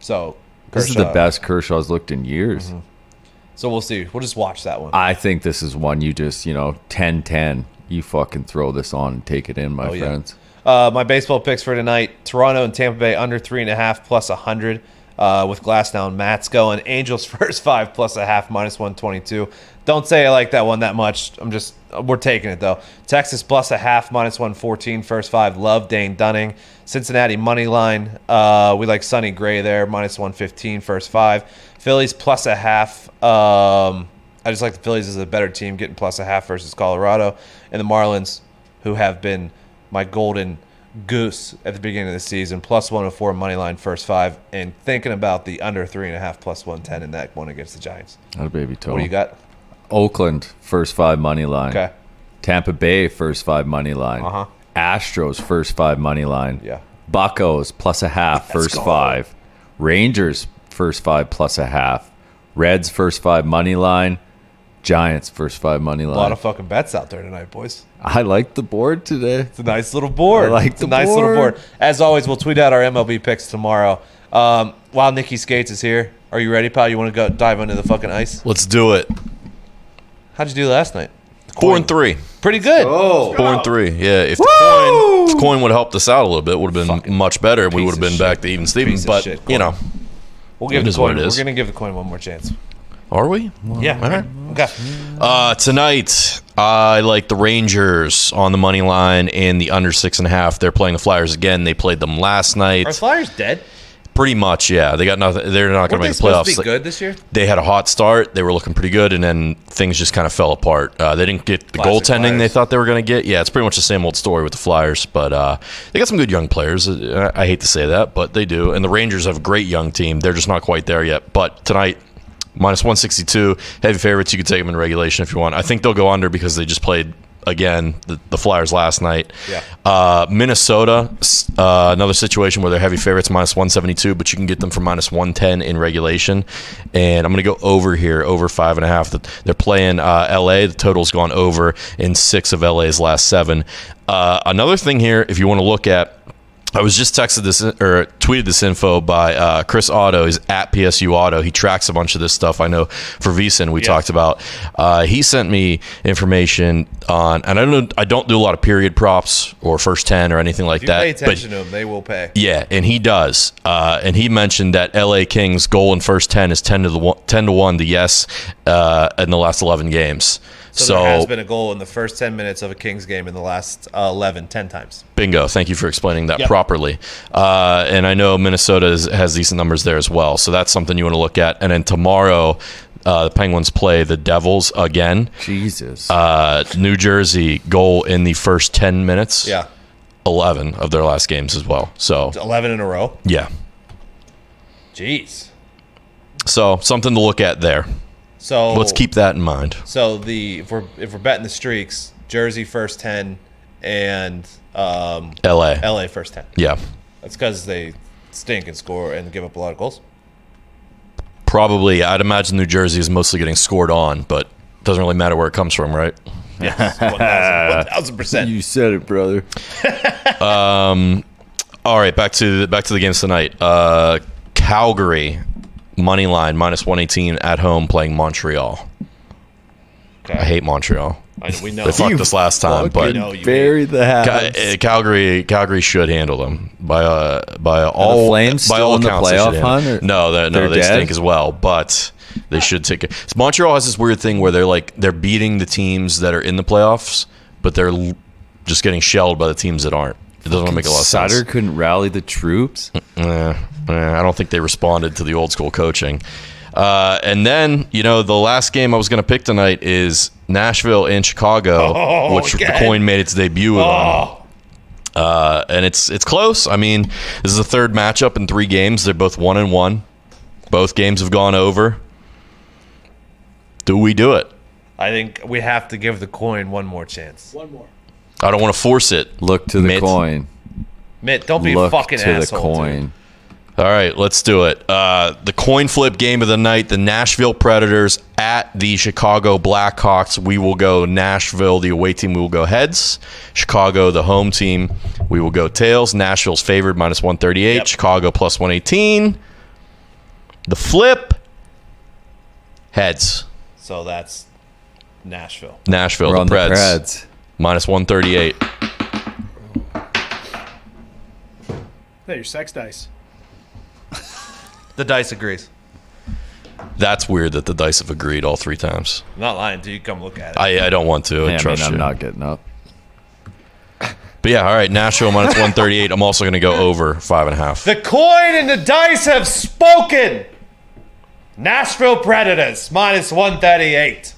Speaker 1: So
Speaker 2: This is the
Speaker 1: Kershaw-
Speaker 2: best Kershaw's looked in years.
Speaker 1: So we'll see. We'll just watch that one.
Speaker 2: I think this is one you just you know 10-10. You fucking throw this on and take it in, my
Speaker 1: Oh, yeah.
Speaker 2: friends.
Speaker 1: Uh, my baseball picks for tonight: Toronto and Tampa Bay under three and a half plus a hundred. Uh, with Glass down, Matt's going. Angels first five plus a half minus one twenty two. Don't say I like that one that much. I'm just we're taking it though. Texas plus a half minus one fourteen first five. Love Dane Dunning. Cincinnati money line. Uh, we like Sonny Gray there minus one fifteen first five. Phillies plus a half. Um, I just like the Phillies as a better team getting plus a half versus Colorado and the Marlins who have been my golden goose at the beginning of the season, plus 104 money line first five, and thinking about the under three and a half plus 110 in that one against the Giants.
Speaker 2: Not a baby toe.
Speaker 1: What do you got?
Speaker 2: Oakland first five money line.
Speaker 1: Okay.
Speaker 2: Tampa Bay first five money line.
Speaker 1: Uh-huh.
Speaker 2: Astros first five money line.
Speaker 1: Yeah.
Speaker 2: Buckos plus a half first five. Rangers first five plus a half. Reds first five money line. Giants first five money
Speaker 1: A lot
Speaker 2: line.
Speaker 1: of fucking bets out there tonight, boys.
Speaker 2: I like the board today.
Speaker 1: It's a nice little board.
Speaker 2: I like
Speaker 1: it's
Speaker 2: the
Speaker 1: a nice little
Speaker 2: board.
Speaker 1: board. As always, we'll tweet out our MLB picks tomorrow. Um, while Nikki Skates is here, are you ready, pal? You want to go dive under the fucking ice?
Speaker 5: Let's do it.
Speaker 1: How'd you do last night?
Speaker 5: Four and three.
Speaker 1: Pretty good. Oh,
Speaker 5: Four and three. Yeah. If the coin, if the coin would have helped us out a little bit, would have been much better. We
Speaker 1: piece
Speaker 5: would have
Speaker 1: of
Speaker 5: been
Speaker 1: shit.
Speaker 5: back to even Steven.
Speaker 1: Piece of
Speaker 5: But
Speaker 1: shit,
Speaker 5: you know,
Speaker 1: we'll give
Speaker 5: it
Speaker 1: the
Speaker 5: is what
Speaker 1: coin.
Speaker 5: it
Speaker 1: We're
Speaker 5: is.
Speaker 1: gonna give the coin one more chance.
Speaker 5: are we? Well,
Speaker 1: Yeah.
Speaker 5: All right.
Speaker 1: Okay.
Speaker 5: Uh, tonight, I like the Rangers on the money line and the under six and a half. They're playing the Flyers again. They played them last night.
Speaker 1: Are Flyers dead?
Speaker 5: Pretty much, yeah. They got nothing. They're not
Speaker 1: Were
Speaker 5: going to
Speaker 1: they
Speaker 5: make the
Speaker 1: supposed
Speaker 5: playoffs.
Speaker 1: to be good this year?
Speaker 5: They had a hot start. They were looking pretty good, and then things just kind of fell apart. Uh, they didn't get the
Speaker 1: Classic
Speaker 5: goaltending they
Speaker 1: Flyers.
Speaker 5: thought they were going to get. Yeah, it's pretty much the same old story with the Flyers, but uh, they got some good young players. Uh, I I hate to say that, but they do. And the Rangers have a great young team. They're just not quite there yet. But tonight, minus 162, heavy favorites. You can take them in regulation if you want. I think they'll go under because they just played again, the, the Flyers last night.
Speaker 1: Yeah.
Speaker 5: Uh, Minnesota, s- uh, another situation where they're heavy favorites, minus 172, but you can get them for minus 110 in regulation. And I'm going to go over here, over five and a half. The- They're playing uh, LA. The total's gone over in six of LA's last seven. Uh, another thing here, if you want to look at, I was just texted this or tweeted this info by uh, Chris Otto. He's at PSU Auto. He tracks a bunch of this stuff. I know for Veasan we talked about. Uh, he sent me information on, and I don't know, I don't do a lot of period props or first ten or anything like
Speaker 1: If you
Speaker 5: that.
Speaker 1: pay
Speaker 5: but
Speaker 1: attention to them, they will pay.
Speaker 5: yeah, and he does. Uh, and he mentioned that LA Kings goal in first ten is ten to the one, ten to one to yes uh, in the last eleven games.
Speaker 1: So,
Speaker 5: So,
Speaker 1: there has been a goal in the first 10 minutes of a Kings game in the last uh, 11, 10 times.
Speaker 5: Bingo. Thank you for explaining that
Speaker 4: Yep.
Speaker 5: properly. Uh, and I know Minnesota is, has decent numbers there as well. So that's something you want to look at. And then tomorrow, uh, the Penguins play the Devils again.
Speaker 2: Jesus.
Speaker 5: Uh, New Jersey goal in the first 10 minutes.
Speaker 1: Yeah.
Speaker 5: 11 of their last games as well. So,
Speaker 1: 11 in a row.
Speaker 5: yeah.
Speaker 1: Jeez.
Speaker 5: So something to look at there.
Speaker 1: So
Speaker 5: Let's keep that in mind.
Speaker 1: So the if we're if we're betting the streaks, Jersey first ten and um,
Speaker 5: LA.
Speaker 1: LA first ten.
Speaker 5: yeah.
Speaker 1: That's because they stink and score and give up a lot of goals.
Speaker 5: Probably, I'd imagine New Jersey is mostly getting scored on, but doesn't really matter where it comes from, right?
Speaker 1: Yes, one thousand percent.
Speaker 2: said it, brother.
Speaker 5: All right, back to the, back to the games tonight. Uh, Calgary money line minus one eighteen at home playing Montreal. I hate Montreal.
Speaker 2: Oh.
Speaker 1: I- We know.
Speaker 5: They fucked us last time, but
Speaker 1: know you
Speaker 2: Bury the house.
Speaker 5: Ca- uh, Calgary Calgary should handle them by uh, by all
Speaker 2: Flames
Speaker 5: by
Speaker 2: still
Speaker 5: all
Speaker 2: in the
Speaker 5: accounts, they
Speaker 2: playoff
Speaker 5: should handle
Speaker 2: hunt,
Speaker 5: them.
Speaker 2: or-
Speaker 5: No, they're, no,
Speaker 2: They're
Speaker 5: they
Speaker 2: dead?
Speaker 5: stink as well, but they should take it. So Montreal has this weird thing where they're like they're beating the teams that are in the playoffs, but they're l- just getting shelled by the teams that aren't. It doesn't make a lot of sense.
Speaker 2: Sutter couldn't rally the troops.
Speaker 5: Eh, eh, I don't think they responded to the old school coaching. Uh, and then, you know, the last game I was going to pick tonight is Nashville and Chicago,
Speaker 1: Oh,
Speaker 5: which
Speaker 1: again.
Speaker 5: the coin made its debut on. Uh, and it's it's close. I mean, this is the third matchup in three games. They're both one and one. Both games have gone over. Do we do it?
Speaker 1: I think we have to give the coin one more chance.
Speaker 5: I don't want to force it.
Speaker 2: Look to the
Speaker 5: Mid-
Speaker 2: coin.
Speaker 1: Mitt, don't be a
Speaker 2: Look
Speaker 1: fucking
Speaker 2: to the
Speaker 1: asshole. dude.
Speaker 2: coin.
Speaker 5: All right, let's do it. Uh, the coin flip game of the night: the Nashville Predators at the Chicago Blackhawks. We will go Nashville, the away team. We will go heads. Chicago, the home team. We will go tails. Nashville's favored minus one thirty-eight. Chicago plus one eighteen. The flip. Heads.
Speaker 1: So that's Nashville.
Speaker 5: Nashville.
Speaker 2: We're on
Speaker 5: the
Speaker 2: the
Speaker 5: Preds
Speaker 2: Preds.
Speaker 5: minus one thirty-eight.
Speaker 4: Hey, your sex dice.
Speaker 1: The dice agrees.
Speaker 5: That's weird that the dice have agreed all three times.
Speaker 1: I'm not lying. Do you come look at it?
Speaker 5: I, I don't want to. I
Speaker 2: Yeah, I mean,
Speaker 5: trust
Speaker 2: I'm
Speaker 5: you.
Speaker 2: not getting up.
Speaker 5: But yeah, all right. Nashville minus 138. I'm also going to go over five and a half.
Speaker 1: The coin and the dice have spoken. Nashville Predators minus one thirty-eight.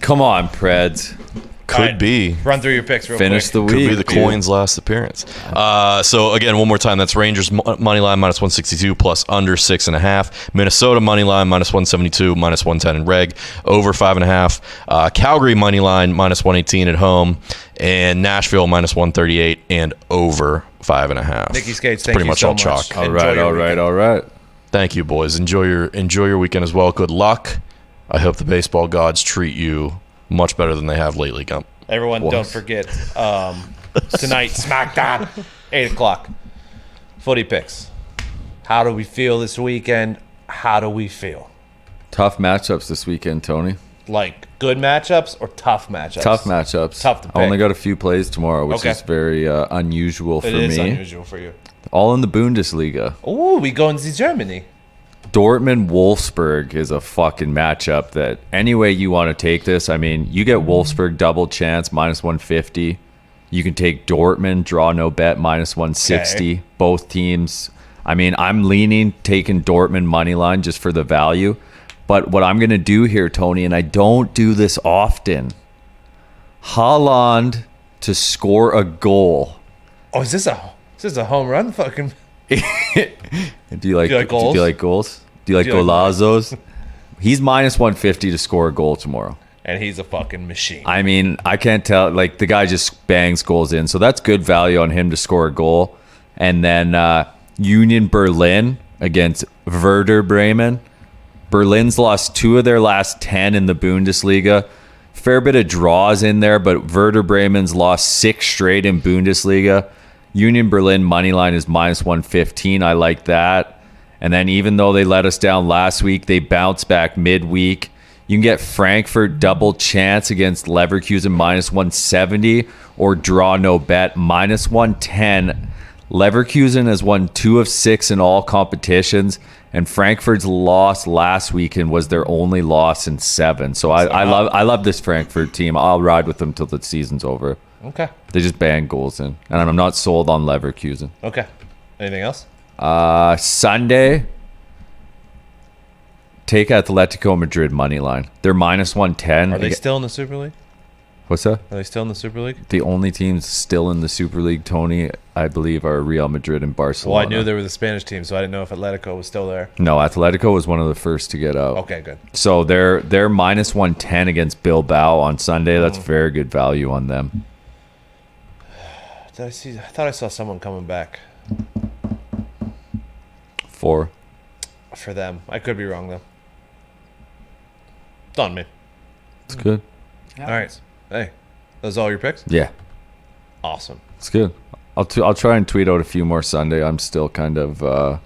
Speaker 2: Come on, Preds.
Speaker 5: Could
Speaker 1: All right.
Speaker 5: be.
Speaker 1: Run through your picks real
Speaker 2: Finish the
Speaker 1: quick.
Speaker 2: week.
Speaker 5: Could be the
Speaker 2: dude.
Speaker 5: coin's last appearance. Uh, so again, one more time. That's Rangers mo- money line minus one sixty two plus under six and a half. Minnesota money line minus one seventy two minus one ten in reg over five and a half. Uh, Calgary money line minus one eighteen at home, and Nashville minus one thirty eight and over five and a half.
Speaker 1: Nikki Skates,
Speaker 5: It's
Speaker 1: thank
Speaker 5: pretty
Speaker 1: you
Speaker 5: much
Speaker 1: so
Speaker 5: all
Speaker 1: much.
Speaker 5: chalk.
Speaker 2: All
Speaker 1: Enjoy
Speaker 2: right,
Speaker 1: your
Speaker 2: all right, all right.
Speaker 5: Thank you, boys. Enjoy your enjoy your weekend as well. Good luck. I hope the baseball gods treat you much better than they have lately, Gump.
Speaker 1: Everyone, don't forget um, tonight SmackDown, eight o'clock. Footy picks. How do we feel this weekend? How do we feel?
Speaker 2: Tough matchups this weekend, Tony.
Speaker 1: Like good matchups or tough matchups?
Speaker 2: Tough matchups.
Speaker 1: Tough to
Speaker 2: I only
Speaker 1: pick.
Speaker 2: got a few plays tomorrow, which
Speaker 1: Okay.
Speaker 2: is very uh, unusual for
Speaker 1: It is
Speaker 2: me.
Speaker 1: unusual for you.
Speaker 2: All in the Bundesliga.
Speaker 1: Oh, we going to Germany.
Speaker 2: Dortmund Wolfsburg is a fucking matchup that any way you want to take this, I mean, you get Wolfsburg double chance minus 150. You can take Dortmund draw no bet minus 160.
Speaker 1: Okay.
Speaker 2: Both teams. I mean, I'm leaning taking Dortmund money line just for the value. But what I'm going to do here, Tony, and I don't do this often, Holland to score a goal.
Speaker 1: Oh, is this a this is a home run? Fucking
Speaker 2: Do you like,
Speaker 1: Do you like
Speaker 2: do you
Speaker 1: goals?
Speaker 2: like goals? Do you like
Speaker 1: you like-
Speaker 2: golazos? He's minus 150 to score a goal tomorrow.
Speaker 1: and he's a fucking machine.
Speaker 2: I mean, I can't tell. Like the guy just bangs goals in, so that's good value on him to score a goal. And then uh, Union Berlin against Werder Bremen. Berlin's lost two of their last ten in the Bundesliga. Fair bit of draws in there, but Werder Bremen's lost six straight in Bundesliga. Union Berlin money line is minus one fifteen. I like that. And then even though they let us down last week, they bounce back midweek. You can get Frankfurt double chance against Leverkusen minus 170 or draw no bet minus 110. Leverkusen has won two of six in all competitions, and Frankfurt's loss last week and was their only loss in seven. So I, I love I love this Frankfurt team. I'll ride with them till the season's over.
Speaker 1: Okay.
Speaker 2: They just bang goals in, and I'm not sold on Leverkusen.
Speaker 1: Okay. Anything else?
Speaker 2: Uh, Sunday, take Atletico Madrid money line. They're minus one ten.
Speaker 1: Are they still in the Super League?
Speaker 2: What's that?
Speaker 1: Are they still in the Super League?
Speaker 2: The only teams still in the Super League, Tony, I believe, are Real Madrid and
Speaker 1: Well,
Speaker 2: Barcelona.
Speaker 1: Oh, I knew they were the Spanish team, so I didn't know if Atletico was still there.
Speaker 2: No, Atletico was one of the first to get out.
Speaker 1: Okay, good.
Speaker 2: So they're they're minus one ten against Bilbao on Sunday. That's very good value on them.
Speaker 1: Did I see? I thought I saw someone coming back
Speaker 2: Four.
Speaker 1: for them. I could be wrong though. It's on me.
Speaker 2: It's good.
Speaker 1: All right. Hey, those all your picks?
Speaker 2: Yeah,
Speaker 1: Awesome.
Speaker 2: it's good. I'll t- I'll try and tweet out a few more Sunday. I'm still kind of uh,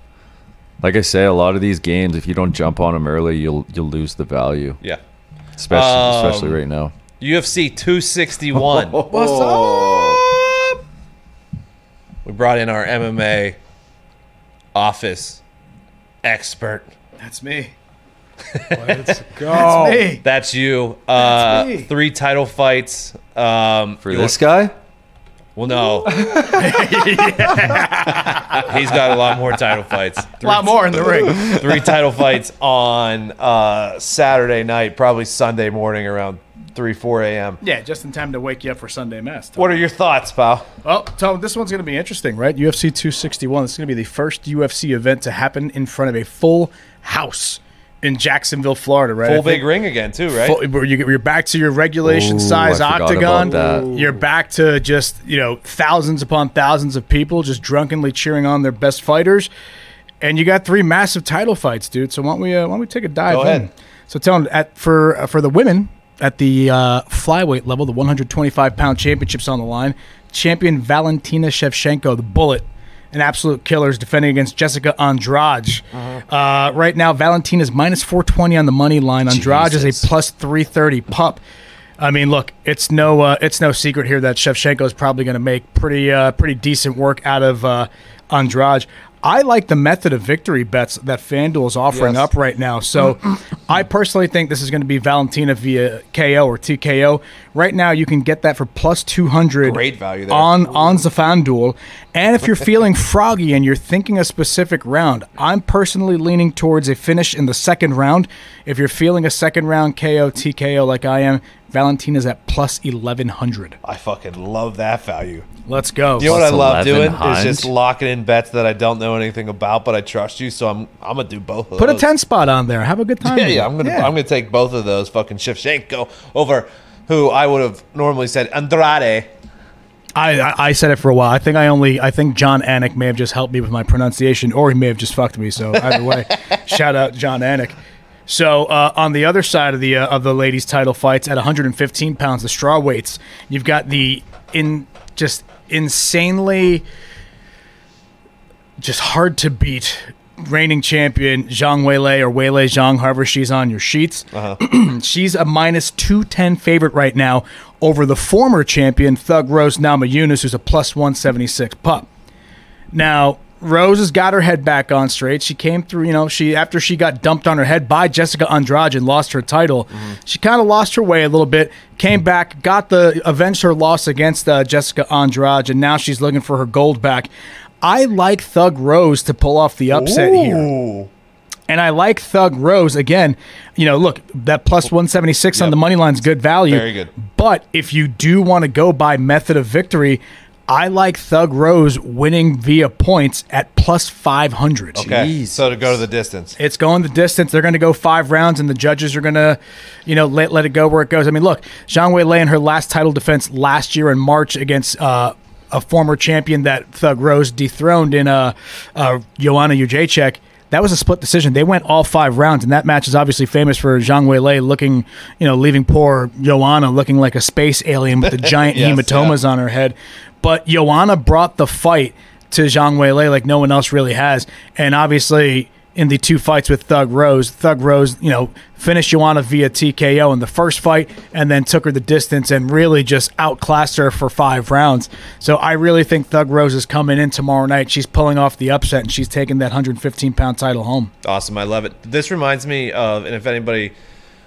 Speaker 2: like I say, a lot of these games, if you don't jump on them early, you'll you'll lose the value,
Speaker 1: Yeah.
Speaker 2: especially
Speaker 1: Um,
Speaker 2: especially right now.
Speaker 1: UFC 261. What's up? We brought in our MMA office expert.
Speaker 4: That's me.
Speaker 3: Go.
Speaker 4: Hey,
Speaker 1: That's you. Uh,
Speaker 4: me.
Speaker 1: three title fights. Um,
Speaker 2: For
Speaker 1: you
Speaker 2: this guy,
Speaker 1: want- well, no. He's got a lot more title fights.
Speaker 4: a lot more in the ring.
Speaker 1: three title fights on uh, Saturday night, probably Sunday morning around 3, 4 a.m.
Speaker 4: Yeah, just in time to wake you up for Sunday mass.
Speaker 1: What are your thoughts, pal?
Speaker 4: Well, Tom, this one's going to be interesting, right? UFC 261. This is going to be the first UFC event to happen in front of a full house in Jacksonville, Florida, right? I
Speaker 1: Full
Speaker 4: think-
Speaker 1: big ring again, too, right?
Speaker 4: Full, where you, you're back to your regulation
Speaker 2: Ooh,
Speaker 4: size
Speaker 2: I forgot
Speaker 4: octagon.
Speaker 2: about that.
Speaker 4: You're back to just you know thousands upon thousands of people just drunkenly cheering on their best fighters, and you got three massive title fights, dude. So why don't we uh, why don't we take a dive?
Speaker 1: Go ahead.
Speaker 4: in? So tell 'em, at for uh, for the women at the uh, flyweight level, the 125 pound championships on the line. Champion Valentina Shevchenko, the bullet. An absolute killer is defending against Jessica Andrade.
Speaker 1: Uh-huh.
Speaker 4: Uh, right now, Valentina's minus 420 on the money line. Andrade is
Speaker 2: Jesus.
Speaker 4: a plus 330 pup. I mean, look, it's no uh, it's no secret here that Shevchenko is probably going to make pretty uh, pretty decent work out of uh, Andrade. I like the method of victory bets that FanDuel is offering
Speaker 1: Yes.
Speaker 4: up right now. So I personally think this is going to be Valentina via KO or TKO. Right now, you can get that for plus 200
Speaker 1: Great value there.
Speaker 4: on on the FanDuel. And if you're feeling froggy and you're thinking a specific round, I'm personally leaning towards a finish in the second round. If you're feeling a second round KO TKO like I am, Valentina's at plus 1100.
Speaker 1: I fucking love that value.
Speaker 4: Let's go.
Speaker 1: You know what I
Speaker 2: Plus
Speaker 1: love
Speaker 2: 11
Speaker 1: doing is
Speaker 2: Hind.
Speaker 1: just locking in bets that I don't know anything about, but I trust you, so I'm I'm gonna do both. Of
Speaker 4: Put a
Speaker 1: those.
Speaker 4: 10 spot on there. Have a good time.
Speaker 1: Yeah,
Speaker 4: with
Speaker 1: yeah,
Speaker 4: it.
Speaker 1: I'm gonna I'm gonna take both of those fucking Shevchenko over who I would have normally said Andrade.
Speaker 4: I, I I said it for a while. I think I only I think John Anik may have just helped me with my pronunciation, or he may have just fucked me. So either way, shout out John Anik. So uh, on the other side of the uh, of the ladies' title fights at 115 pounds, the straw weights, you've got the in just insanely just hard to beat reigning champion Zhang Weilei or Weilei Zhang, however she's on your sheets. She's a minus 210 favorite right now over the former champion, Thug Rose Namajunas, who's a plus 176 pup. Now, Rose has got her head back on straight. She came through, you know, she after she got dumped on her head by Jessica Andrade and lost her title, she kind of lost her way a little bit, came back, got the avenged her loss against uh, Jessica Andrade, and now she's looking for her gold back. I like Thug Rose to pull off the upset here.
Speaker 1: Ooh.
Speaker 4: And I like Thug Rose again. You know, look, that plus 176 on the money line's good value.
Speaker 1: Very good.
Speaker 4: But if you do want to go by method of victory, I like Thug Rose winning via points at plus 500.
Speaker 1: Okay. So to go to the distance.
Speaker 4: It's going the distance. They're going to go five rounds, and the judges are going to, you know, let, let it go where it goes. I mean, look, Zhang Wei Lei in her last title defense last year in March against uh, a former champion that Thug Rose dethroned in uh, uh, Joanna Ujacek. That was a split decision. They went all five rounds, and that match is obviously famous for Zhang Wei Lei looking, you know, leaving poor Joanna looking like a space alien with the giant
Speaker 1: Yes,
Speaker 4: hematomas on her head. But Joanna brought the fight to Zhang Wei Lei like no one else really has. And obviously, in the two fights with Thug Rose, Thug Rose, you know, finished Joanna via TKO in the first fight and then took her the distance and really just outclassed her for five rounds. So I really think Thug Rose is coming in tomorrow night. She's pulling off the upset and she's taking that 115 pound title home.
Speaker 1: Awesome. I love it. This reminds me of, and if anybody,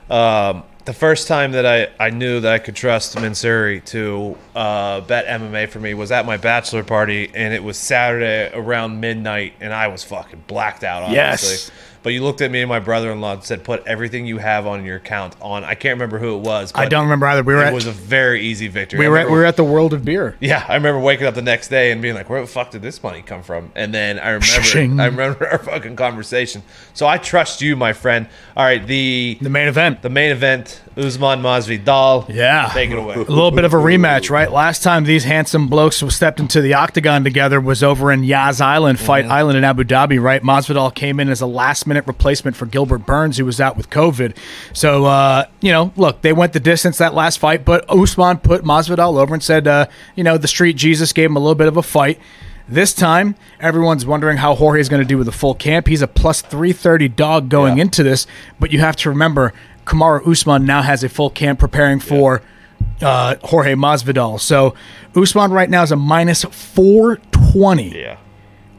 Speaker 1: um, the first time that I, I knew that I could trust Mansuri to uh, bet MMA for me was at my bachelor party, and it was Saturday around midnight, and I was fucking blacked out, obviously.
Speaker 4: Yes.
Speaker 1: But you looked at me and my brother in law and said, Put everything you have on your account on. I can't remember who it was.
Speaker 4: I
Speaker 1: but
Speaker 4: don't remember either. We were
Speaker 1: It
Speaker 4: at-
Speaker 1: was a very easy victory.
Speaker 4: We
Speaker 1: I
Speaker 4: were at,
Speaker 1: remember-
Speaker 4: we were at the World of Beer.
Speaker 1: yeah, I remember waking up the next day and being like, "Where the fuck did this money come from?" And then I
Speaker 4: Shing.
Speaker 1: remember, I remember our fucking conversation. So I trust you, my friend. All right, the
Speaker 4: The main event.
Speaker 1: the main event, Usman Masvidal.
Speaker 4: Yeah.
Speaker 1: take it away.
Speaker 4: a little bit of a rematch, right? Last time these handsome blokes stepped into the octagon together was over in Yaz Island, Fight Island in Abu Dhabi, right? Masvidal came in as a last minute replacement for Gilbert Burns, who was out with COVID. So, uh, you know, look, they went the distance that last fight, but Usman put Masvidal over and said, uh, you know, the street Jesus gave him a little bit of a fight. This time, everyone's wondering how Jorge is going to do with the full camp. He's a plus 330 dog going into this, but you have to remember Kamara Usman now has a full camp preparing for uh, Jorge Masvidal. So Usman right now is a minus 420
Speaker 1: Yeah,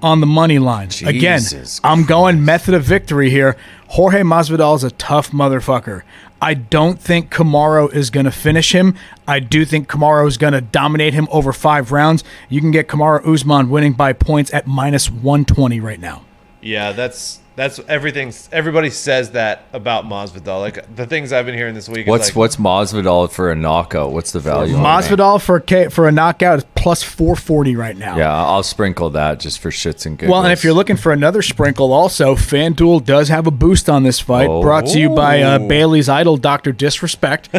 Speaker 4: on the money line. Again,
Speaker 2: Jesus
Speaker 4: I'm going method of victory here. Jorge Masvidal is a tough motherfucker. I don't think Camaro is going to finish him. I do think Camaro is going to dominate him over five rounds. You can get Kamara Usman winning by points at minus 120 right now.
Speaker 1: yeah, that's that's everything. Everybody says that about Masvidal. Like the things I've been hearing this week. is
Speaker 2: What's
Speaker 1: like,
Speaker 2: what's Masvidal for a knockout? What's the value? on that?
Speaker 4: Masvidal for a, K- for a knockout is plus 440 right now.
Speaker 2: Yeah, I'll sprinkle that just for shits and giggles.
Speaker 4: Well, and if you're looking for another sprinkle, also FanDuel does have a boost on this fight,
Speaker 2: Oh.
Speaker 4: brought to you by uh,
Speaker 1: Ooh.
Speaker 4: Bailey's idol, Doctor Disrespect.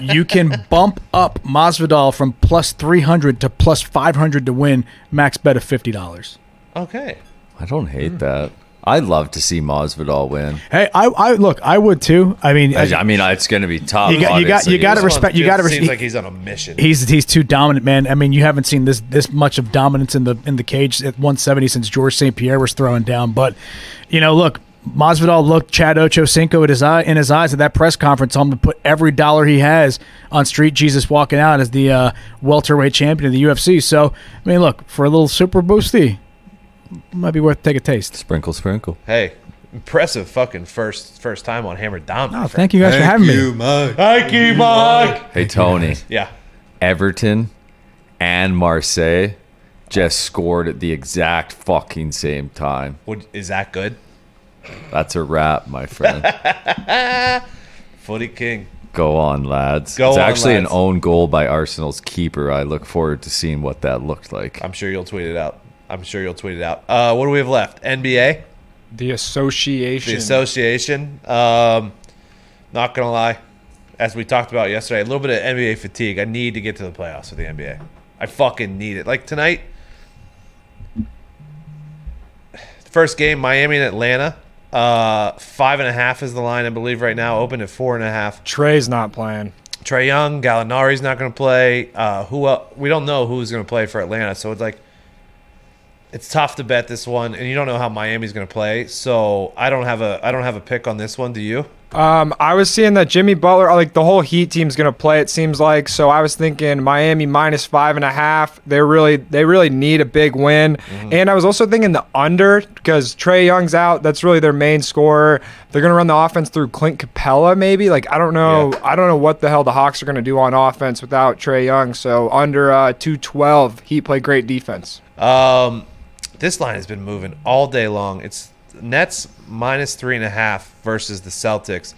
Speaker 4: you can bump up Masvidal from plus three hundred to plus five hundred to win. Max bet of fifty dollars.
Speaker 1: okay.
Speaker 2: I don't hate that. I'd love to see Masvidal win.
Speaker 4: Hey, I, I look, I would too. I mean,
Speaker 2: I, I mean, it's going to be tough.
Speaker 4: You got- you got- you
Speaker 2: obviously.
Speaker 4: gotta
Speaker 1: Usman,
Speaker 4: respect- you
Speaker 1: dude,
Speaker 4: gotta res-
Speaker 1: Seems like he's on a mission.
Speaker 4: he's he's too dominant, man. I mean, you haven't seen this this much of dominance in the in the cage at 170 since George St. Pierre was throwing down. But you know, look, Masvidal looked Chad Ochocinco at his eye in his eyes at that press conference, told him to put every dollar he has on Street Jesus walking out as the uh, welterweight champion of the UFC. So I mean, look for a little super boosty, might be worth take a taste.
Speaker 2: Sprinkle, sprinkle.
Speaker 1: Hey, impressive fucking first first time on Hammer Dom.
Speaker 4: Oh, thank you guys for having me.
Speaker 1: Thank you, Mike.
Speaker 2: Hey, Tony.
Speaker 1: Yeah.
Speaker 2: Everton and Marseille just scored at the exact fucking same time.
Speaker 1: Would, is that good?
Speaker 2: That's a wrap, my friend.
Speaker 1: Footy King.
Speaker 2: Go on, lads.
Speaker 1: Go
Speaker 2: it's
Speaker 1: on,
Speaker 2: actually an
Speaker 1: lads.
Speaker 2: own goal by Arsenal's keeper. I look forward to seeing what that looked like.
Speaker 1: I'm sure you'll tweet it out. I'm sure you'll tweet it out. Uh, what do we have left? NBA,
Speaker 3: The association.
Speaker 1: the association. Um, not gonna lie, as we talked about yesterday, a little bit of NBA fatigue. I need to get to the playoffs with the NBA. I fucking need it. Like tonight, first game, Miami and Atlanta. Uh, five and a half is the line, I believe, right now. Open at four and a half.
Speaker 3: Trey's not playing.
Speaker 1: Trey Young, Gallinari's not going to play. Uh, who el we don't know who's going to play for Atlanta, so it's like it's tough to bet this one, and you don't know how Miami's going to play. So I don't have a I don't have a pick on this one. Do you?
Speaker 3: Um, I was seeing that Jimmy Butler, like the whole Heat team's gonna play. It seems like so. I was thinking Miami minus five and a half. They really, they really need a big win. And I was also thinking the under because Trey Young's out. That's really their main scorer. They're gonna run the offense through Clint Capella, maybe. Like I don't know, I don't know what the hell the Hawks are gonna do on offense without Trey Young. So under uh, two twelve, Heat play great defense.
Speaker 1: Um, this line has been moving all day long. It's Nets minus three and a half versus the Celtics.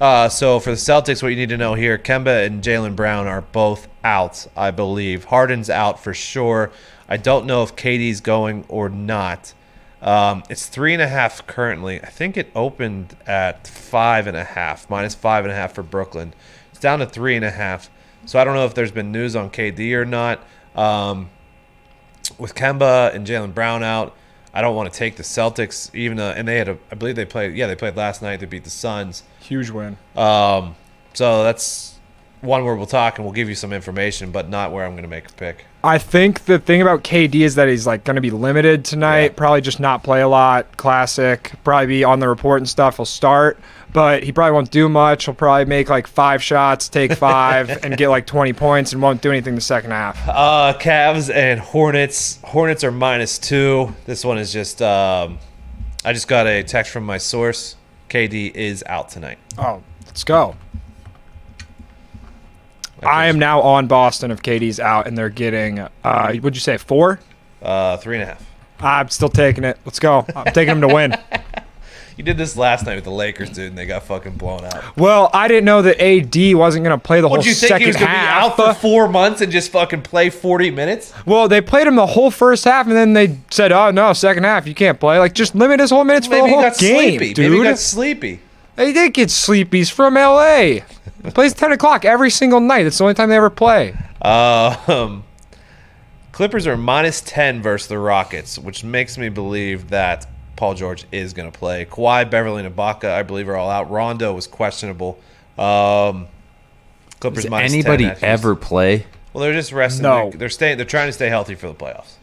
Speaker 1: Uh, so for the Celtics, what you need to know here: Kemba and Jalen Brown are both out, I believe. Harden's out for sure. I don't know if Katie's going or not. Um, it's three and a half currently. I think it opened at five and a half, minus five and a half for Brooklyn. It's down to three and a half. So I don't know if there's been news on KD or not. Um, with Kemba and Jalen Brown out, I don't want to take the Celtics. Even though, and they had a, I believe they played. Yeah, they played last night. They beat the Suns.
Speaker 3: Huge win.
Speaker 1: Um, so that's one where we'll talk and we'll give you some information, but not where I'm going to make a pick.
Speaker 3: I think the thing about KD is that he's like going to be limited tonight. Probably just not play a lot. Classic. Probably be on the report and stuff. He'll start, but he probably won't do much. He'll probably make like five shots, take five, and get like 20 points, and won't do anything the second half.
Speaker 1: Uh, Cavs and Hornets. Hornets are minus two. This one is just. Um, I just got a text from my source. KD is out tonight.
Speaker 3: Oh, let's go. I am now on Boston if KD's out, and they're getting. Uh, would you say four?
Speaker 1: Uh, three and a half.
Speaker 3: I'm still taking it. Let's go. I'm taking them to win.
Speaker 1: You did this last night with the Lakers, dude, and they got fucking blown out.
Speaker 3: Well, I didn't know that AD wasn't going to play the whole
Speaker 1: Would you think
Speaker 3: second
Speaker 1: he was gonna
Speaker 3: half. uh,
Speaker 1: be out for four months and just fucking play forty minutes?
Speaker 3: Well, they played him the whole first half, and then they said, "Oh no, second half you can't play." Like just limit his whole minutes for
Speaker 1: Maybe
Speaker 3: the
Speaker 1: he
Speaker 3: whole
Speaker 1: got
Speaker 3: game,
Speaker 1: sleepy.
Speaker 3: dude.
Speaker 1: Maybe he got sleepy.
Speaker 3: they did get sleepy. He's from LA. He plays ten o'clock every single night. It's the only time they ever play.
Speaker 1: Uh, um, Clippers are minus ten versus the Rockets, which makes me believe that Paul George is going to play. Kawhi, Beverly, and Ibaka, I believe, are all out. Rondo was questionable. Um, Clippers
Speaker 2: Does
Speaker 1: minus 10
Speaker 2: anybody
Speaker 1: at Houston.
Speaker 2: ever play?
Speaker 1: Well, they're just resting.
Speaker 3: No.
Speaker 1: They're, they're staying. They're trying to stay healthy for the playoffs.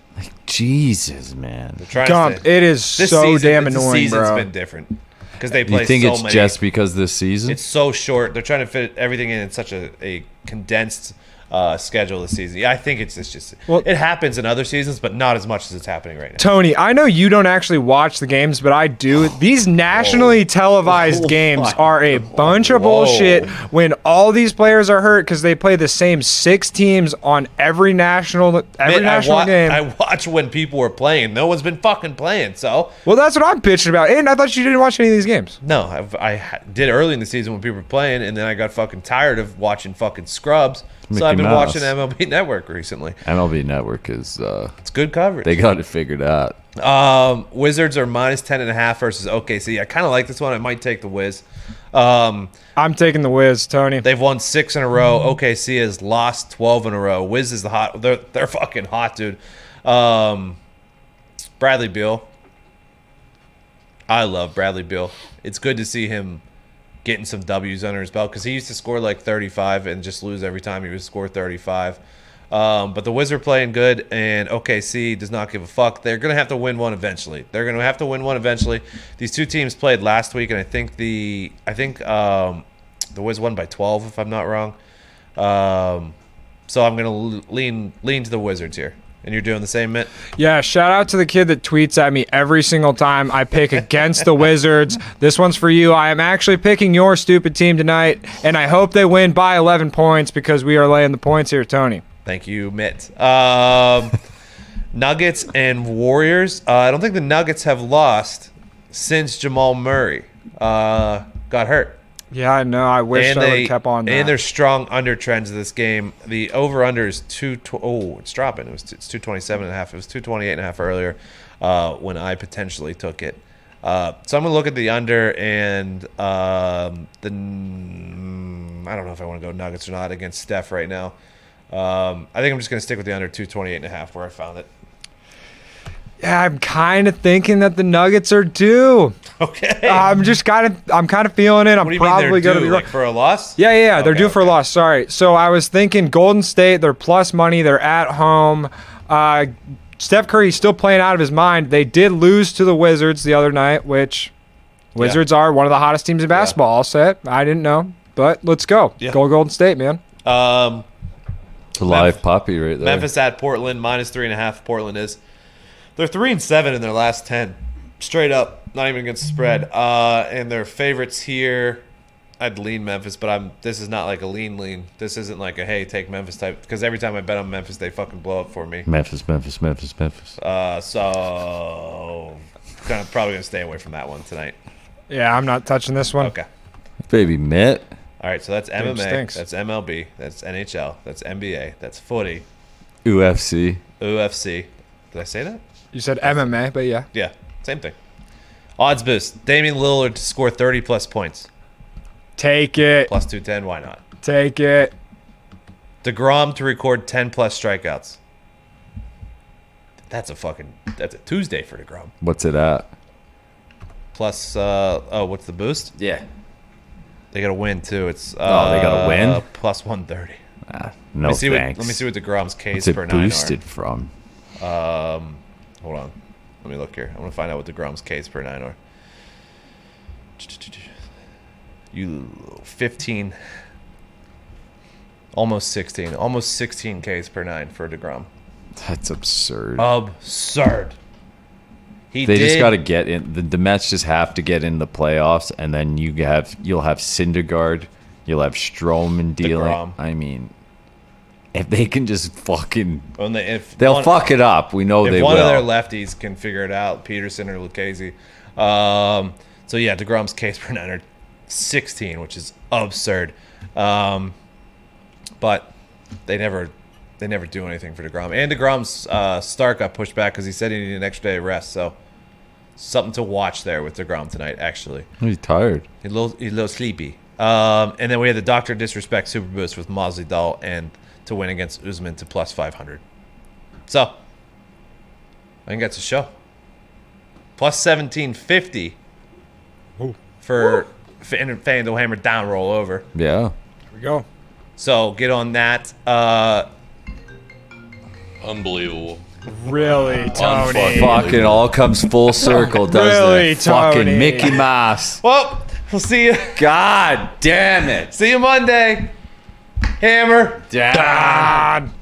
Speaker 2: Jesus, man.
Speaker 1: They're trying to
Speaker 3: Gump,
Speaker 1: stay.
Speaker 3: it is
Speaker 1: This
Speaker 3: so
Speaker 1: season,
Speaker 3: damn
Speaker 1: this
Speaker 3: annoying,
Speaker 1: season's
Speaker 3: bro.
Speaker 1: been different because they play.
Speaker 2: You think
Speaker 1: so
Speaker 2: it's
Speaker 1: many-
Speaker 2: just because this season?
Speaker 1: It's so short. They're trying to fit everything in in such a, a condensed uh, schedule this season. Yeah, I think it's, it's just
Speaker 3: Well-
Speaker 1: it happens in other seasons, but not as much as it's happening right now.
Speaker 3: Tony, I know you don't actually watch the games, but I do. These nationally televised
Speaker 1: Oh,
Speaker 3: games
Speaker 1: my
Speaker 3: are a bunch of
Speaker 1: Whoa.
Speaker 3: bullshit when all these players are hurt because they play the same six teams on every national every
Speaker 1: Man,
Speaker 3: national
Speaker 1: I, wa-
Speaker 3: game.
Speaker 1: I watch when people were playing. No one's been fucking playing. So
Speaker 3: well, that's what I'm bitching about. And I thought you didn't watch any of these games.
Speaker 1: no, I've, I ha- did early in the season when people were playing, and then I got fucking tired of watching fucking scrubs.
Speaker 2: Mickey
Speaker 1: so I've been
Speaker 2: Mouse.
Speaker 1: watching MLB Network recently.
Speaker 2: MLB Network is uh,
Speaker 1: It's good coverage.
Speaker 2: they got it figured out.
Speaker 1: Um, Wizards are minus ten and a half versus OKC. I kind of like this one. I might take the Wiz. Um,
Speaker 3: I'm taking the whiz, Tony.
Speaker 1: they've won six in a row. OKC has lost twelve in a row. Wiz is the hot. They're they're fucking hot, dude. Um, Bradley Beal. I love Bradley Beal. It's good to see him getting some W's under his belt because he used to score like 35 and just lose every time he would score 35. Um, but the Wizards are playing good, and OKC does not give a fuck. They're going to have to win one eventually. They're going to have to win one eventually. These two teams played last week, and I think the I think um, the Wiz won by 12, if I'm not wrong. Um, so I'm going to lean lean to the Wizards here, and you're doing the same, Mitt.
Speaker 3: Yeah, shout out to the kid that tweets at me every single time I pick against the Wizards. This one's for you. I am actually picking your stupid team tonight, and I hope they win by 11 points because we are laying the points here, Tony.
Speaker 1: Thank you, Mitt. Um, Nuggets and Warriors. Uh, I don't think the Nuggets have lost since Jamal Murray uh, got hurt.
Speaker 3: Yeah, I know. I wish I would have kept on.
Speaker 1: and
Speaker 3: that.
Speaker 1: they're strong under trends of this game. The over under is two. Tw- oh, it's dropping. It was it's two twenty seven and a half. It was two twenty eight and a half earlier uh, when I potentially took it. Uh, so I'm gonna look at the under and um, the. mm, I don't know if I want to go Nuggets or not against Steph right now. Um, I think I'm just gonna stick with the under two twenty eight and a half where I found it.
Speaker 3: yeah, I'm kind of thinking that the Nuggets are due.
Speaker 1: Okay.
Speaker 3: I'm just kind of. I'm kind of feeling it. I'm
Speaker 1: what do you
Speaker 3: Uh, probably
Speaker 1: mean they're
Speaker 3: gonna
Speaker 1: due?
Speaker 3: be
Speaker 1: Like for a loss?
Speaker 3: Yeah, yeah, yeah, they're
Speaker 1: Okay,
Speaker 3: due for a
Speaker 1: okay.
Speaker 3: loss. Sorry. So I was thinking Golden State, they're plus money, they're at home. Uh, Steph Curry's still playing out of his mind. They did lose to the Wizards the other night, which Wizards are one of the hottest teams in basketball. I'll say it. I didn't know, but let's go.
Speaker 1: Yeah.
Speaker 3: Go Golden State, man.
Speaker 1: Um,
Speaker 2: It's a live puppy right there.
Speaker 1: Memphis at Portland minus three and a half. Portland is they're three and seven in their last ten, straight up, not even against the spread. Uh, and their favorites here, I'd lean Memphis, but I'm this is not like a lean lean. This isn't like a hey take Memphis type because every time I bet on Memphis, they fucking blow up for me.
Speaker 2: Memphis, Memphis, Memphis, Memphis.
Speaker 1: Uh, so kind of probably gonna stay away from that one tonight.
Speaker 3: Yeah, I'm not touching this one.
Speaker 1: Okay.
Speaker 2: Baby Mitt.
Speaker 1: All right, so that's MMA,
Speaker 3: stinks.
Speaker 1: that's MLB, that's NHL, that's NBA, that's footy,
Speaker 2: UFC.
Speaker 1: UFC. Did I say that?
Speaker 3: You said MMA, but yeah.
Speaker 1: Yeah, same thing. Odds boost: Damian Lillard to score 30 plus points,
Speaker 3: Take it.
Speaker 1: plus 210. Why not?
Speaker 3: Take it.
Speaker 1: Degrom to record 10 plus strikeouts. That's a fucking that's a Tuesday for Degrom.
Speaker 2: What's it at?
Speaker 1: Plus, uh, oh, what's the boost?
Speaker 2: Yeah.
Speaker 1: They got to win too. It's uh,
Speaker 2: Oh, they gotta win?
Speaker 1: plus 130.
Speaker 2: Ah,
Speaker 1: Let
Speaker 2: No
Speaker 1: me see
Speaker 2: thanks.
Speaker 1: what let me see what Degrom's K's
Speaker 2: What's it
Speaker 1: per nine
Speaker 2: boosted
Speaker 1: are.
Speaker 2: from.
Speaker 1: Hold on, let me look here. I want to find out what Degrom's K's per nine are. You 15, almost 16, almost 16 K's per nine for Degrom.
Speaker 2: That's absurd.
Speaker 1: Uh, Absurd. He
Speaker 2: they
Speaker 1: did,
Speaker 2: just got to get in. The, the Mets just have to get in the playoffs, and then you have you'll have Syndergaard, you'll have Stroman
Speaker 1: DeGrom.
Speaker 2: dealing. I mean, if they can just fucking,
Speaker 1: When they, if
Speaker 2: they'll
Speaker 1: one-
Speaker 2: fuck it up. We know
Speaker 1: if
Speaker 2: Oh, they
Speaker 1: one
Speaker 2: will.
Speaker 1: of their lefties can figure it out, Peterson or Lucchese. Um, so yeah, Degrom's case per nine are 16, which is absurd. Um, but they never they never do anything for Degrom. And Degrom's uh, start got pushed back because he said he needed an extra day of rest. So something to watch there with Degrom tonight. Actually,
Speaker 2: He's tired.
Speaker 1: he's a little, he's a little sleepy. Um, and then we had the Doctor Disrespect Super Boost with Masvidal and to win against Usman to plus 500. So, I think that's a show. Plus 1750 for Fan- FanDuel Hammer down roll over.
Speaker 2: Yeah.
Speaker 3: Here we go.
Speaker 1: So, get on that. Uh,
Speaker 5: Unbelievable.
Speaker 6: Really,
Speaker 5: Unfucking-
Speaker 2: Fucking all comes full circle, doesn't
Speaker 6: Really,
Speaker 2: it? Fucking
Speaker 6: Tony?
Speaker 2: Mickey Mouse.
Speaker 1: well, we'll see you.
Speaker 2: God damn it.
Speaker 1: See you Monday. Hammer.
Speaker 2: Damn.
Speaker 3: God.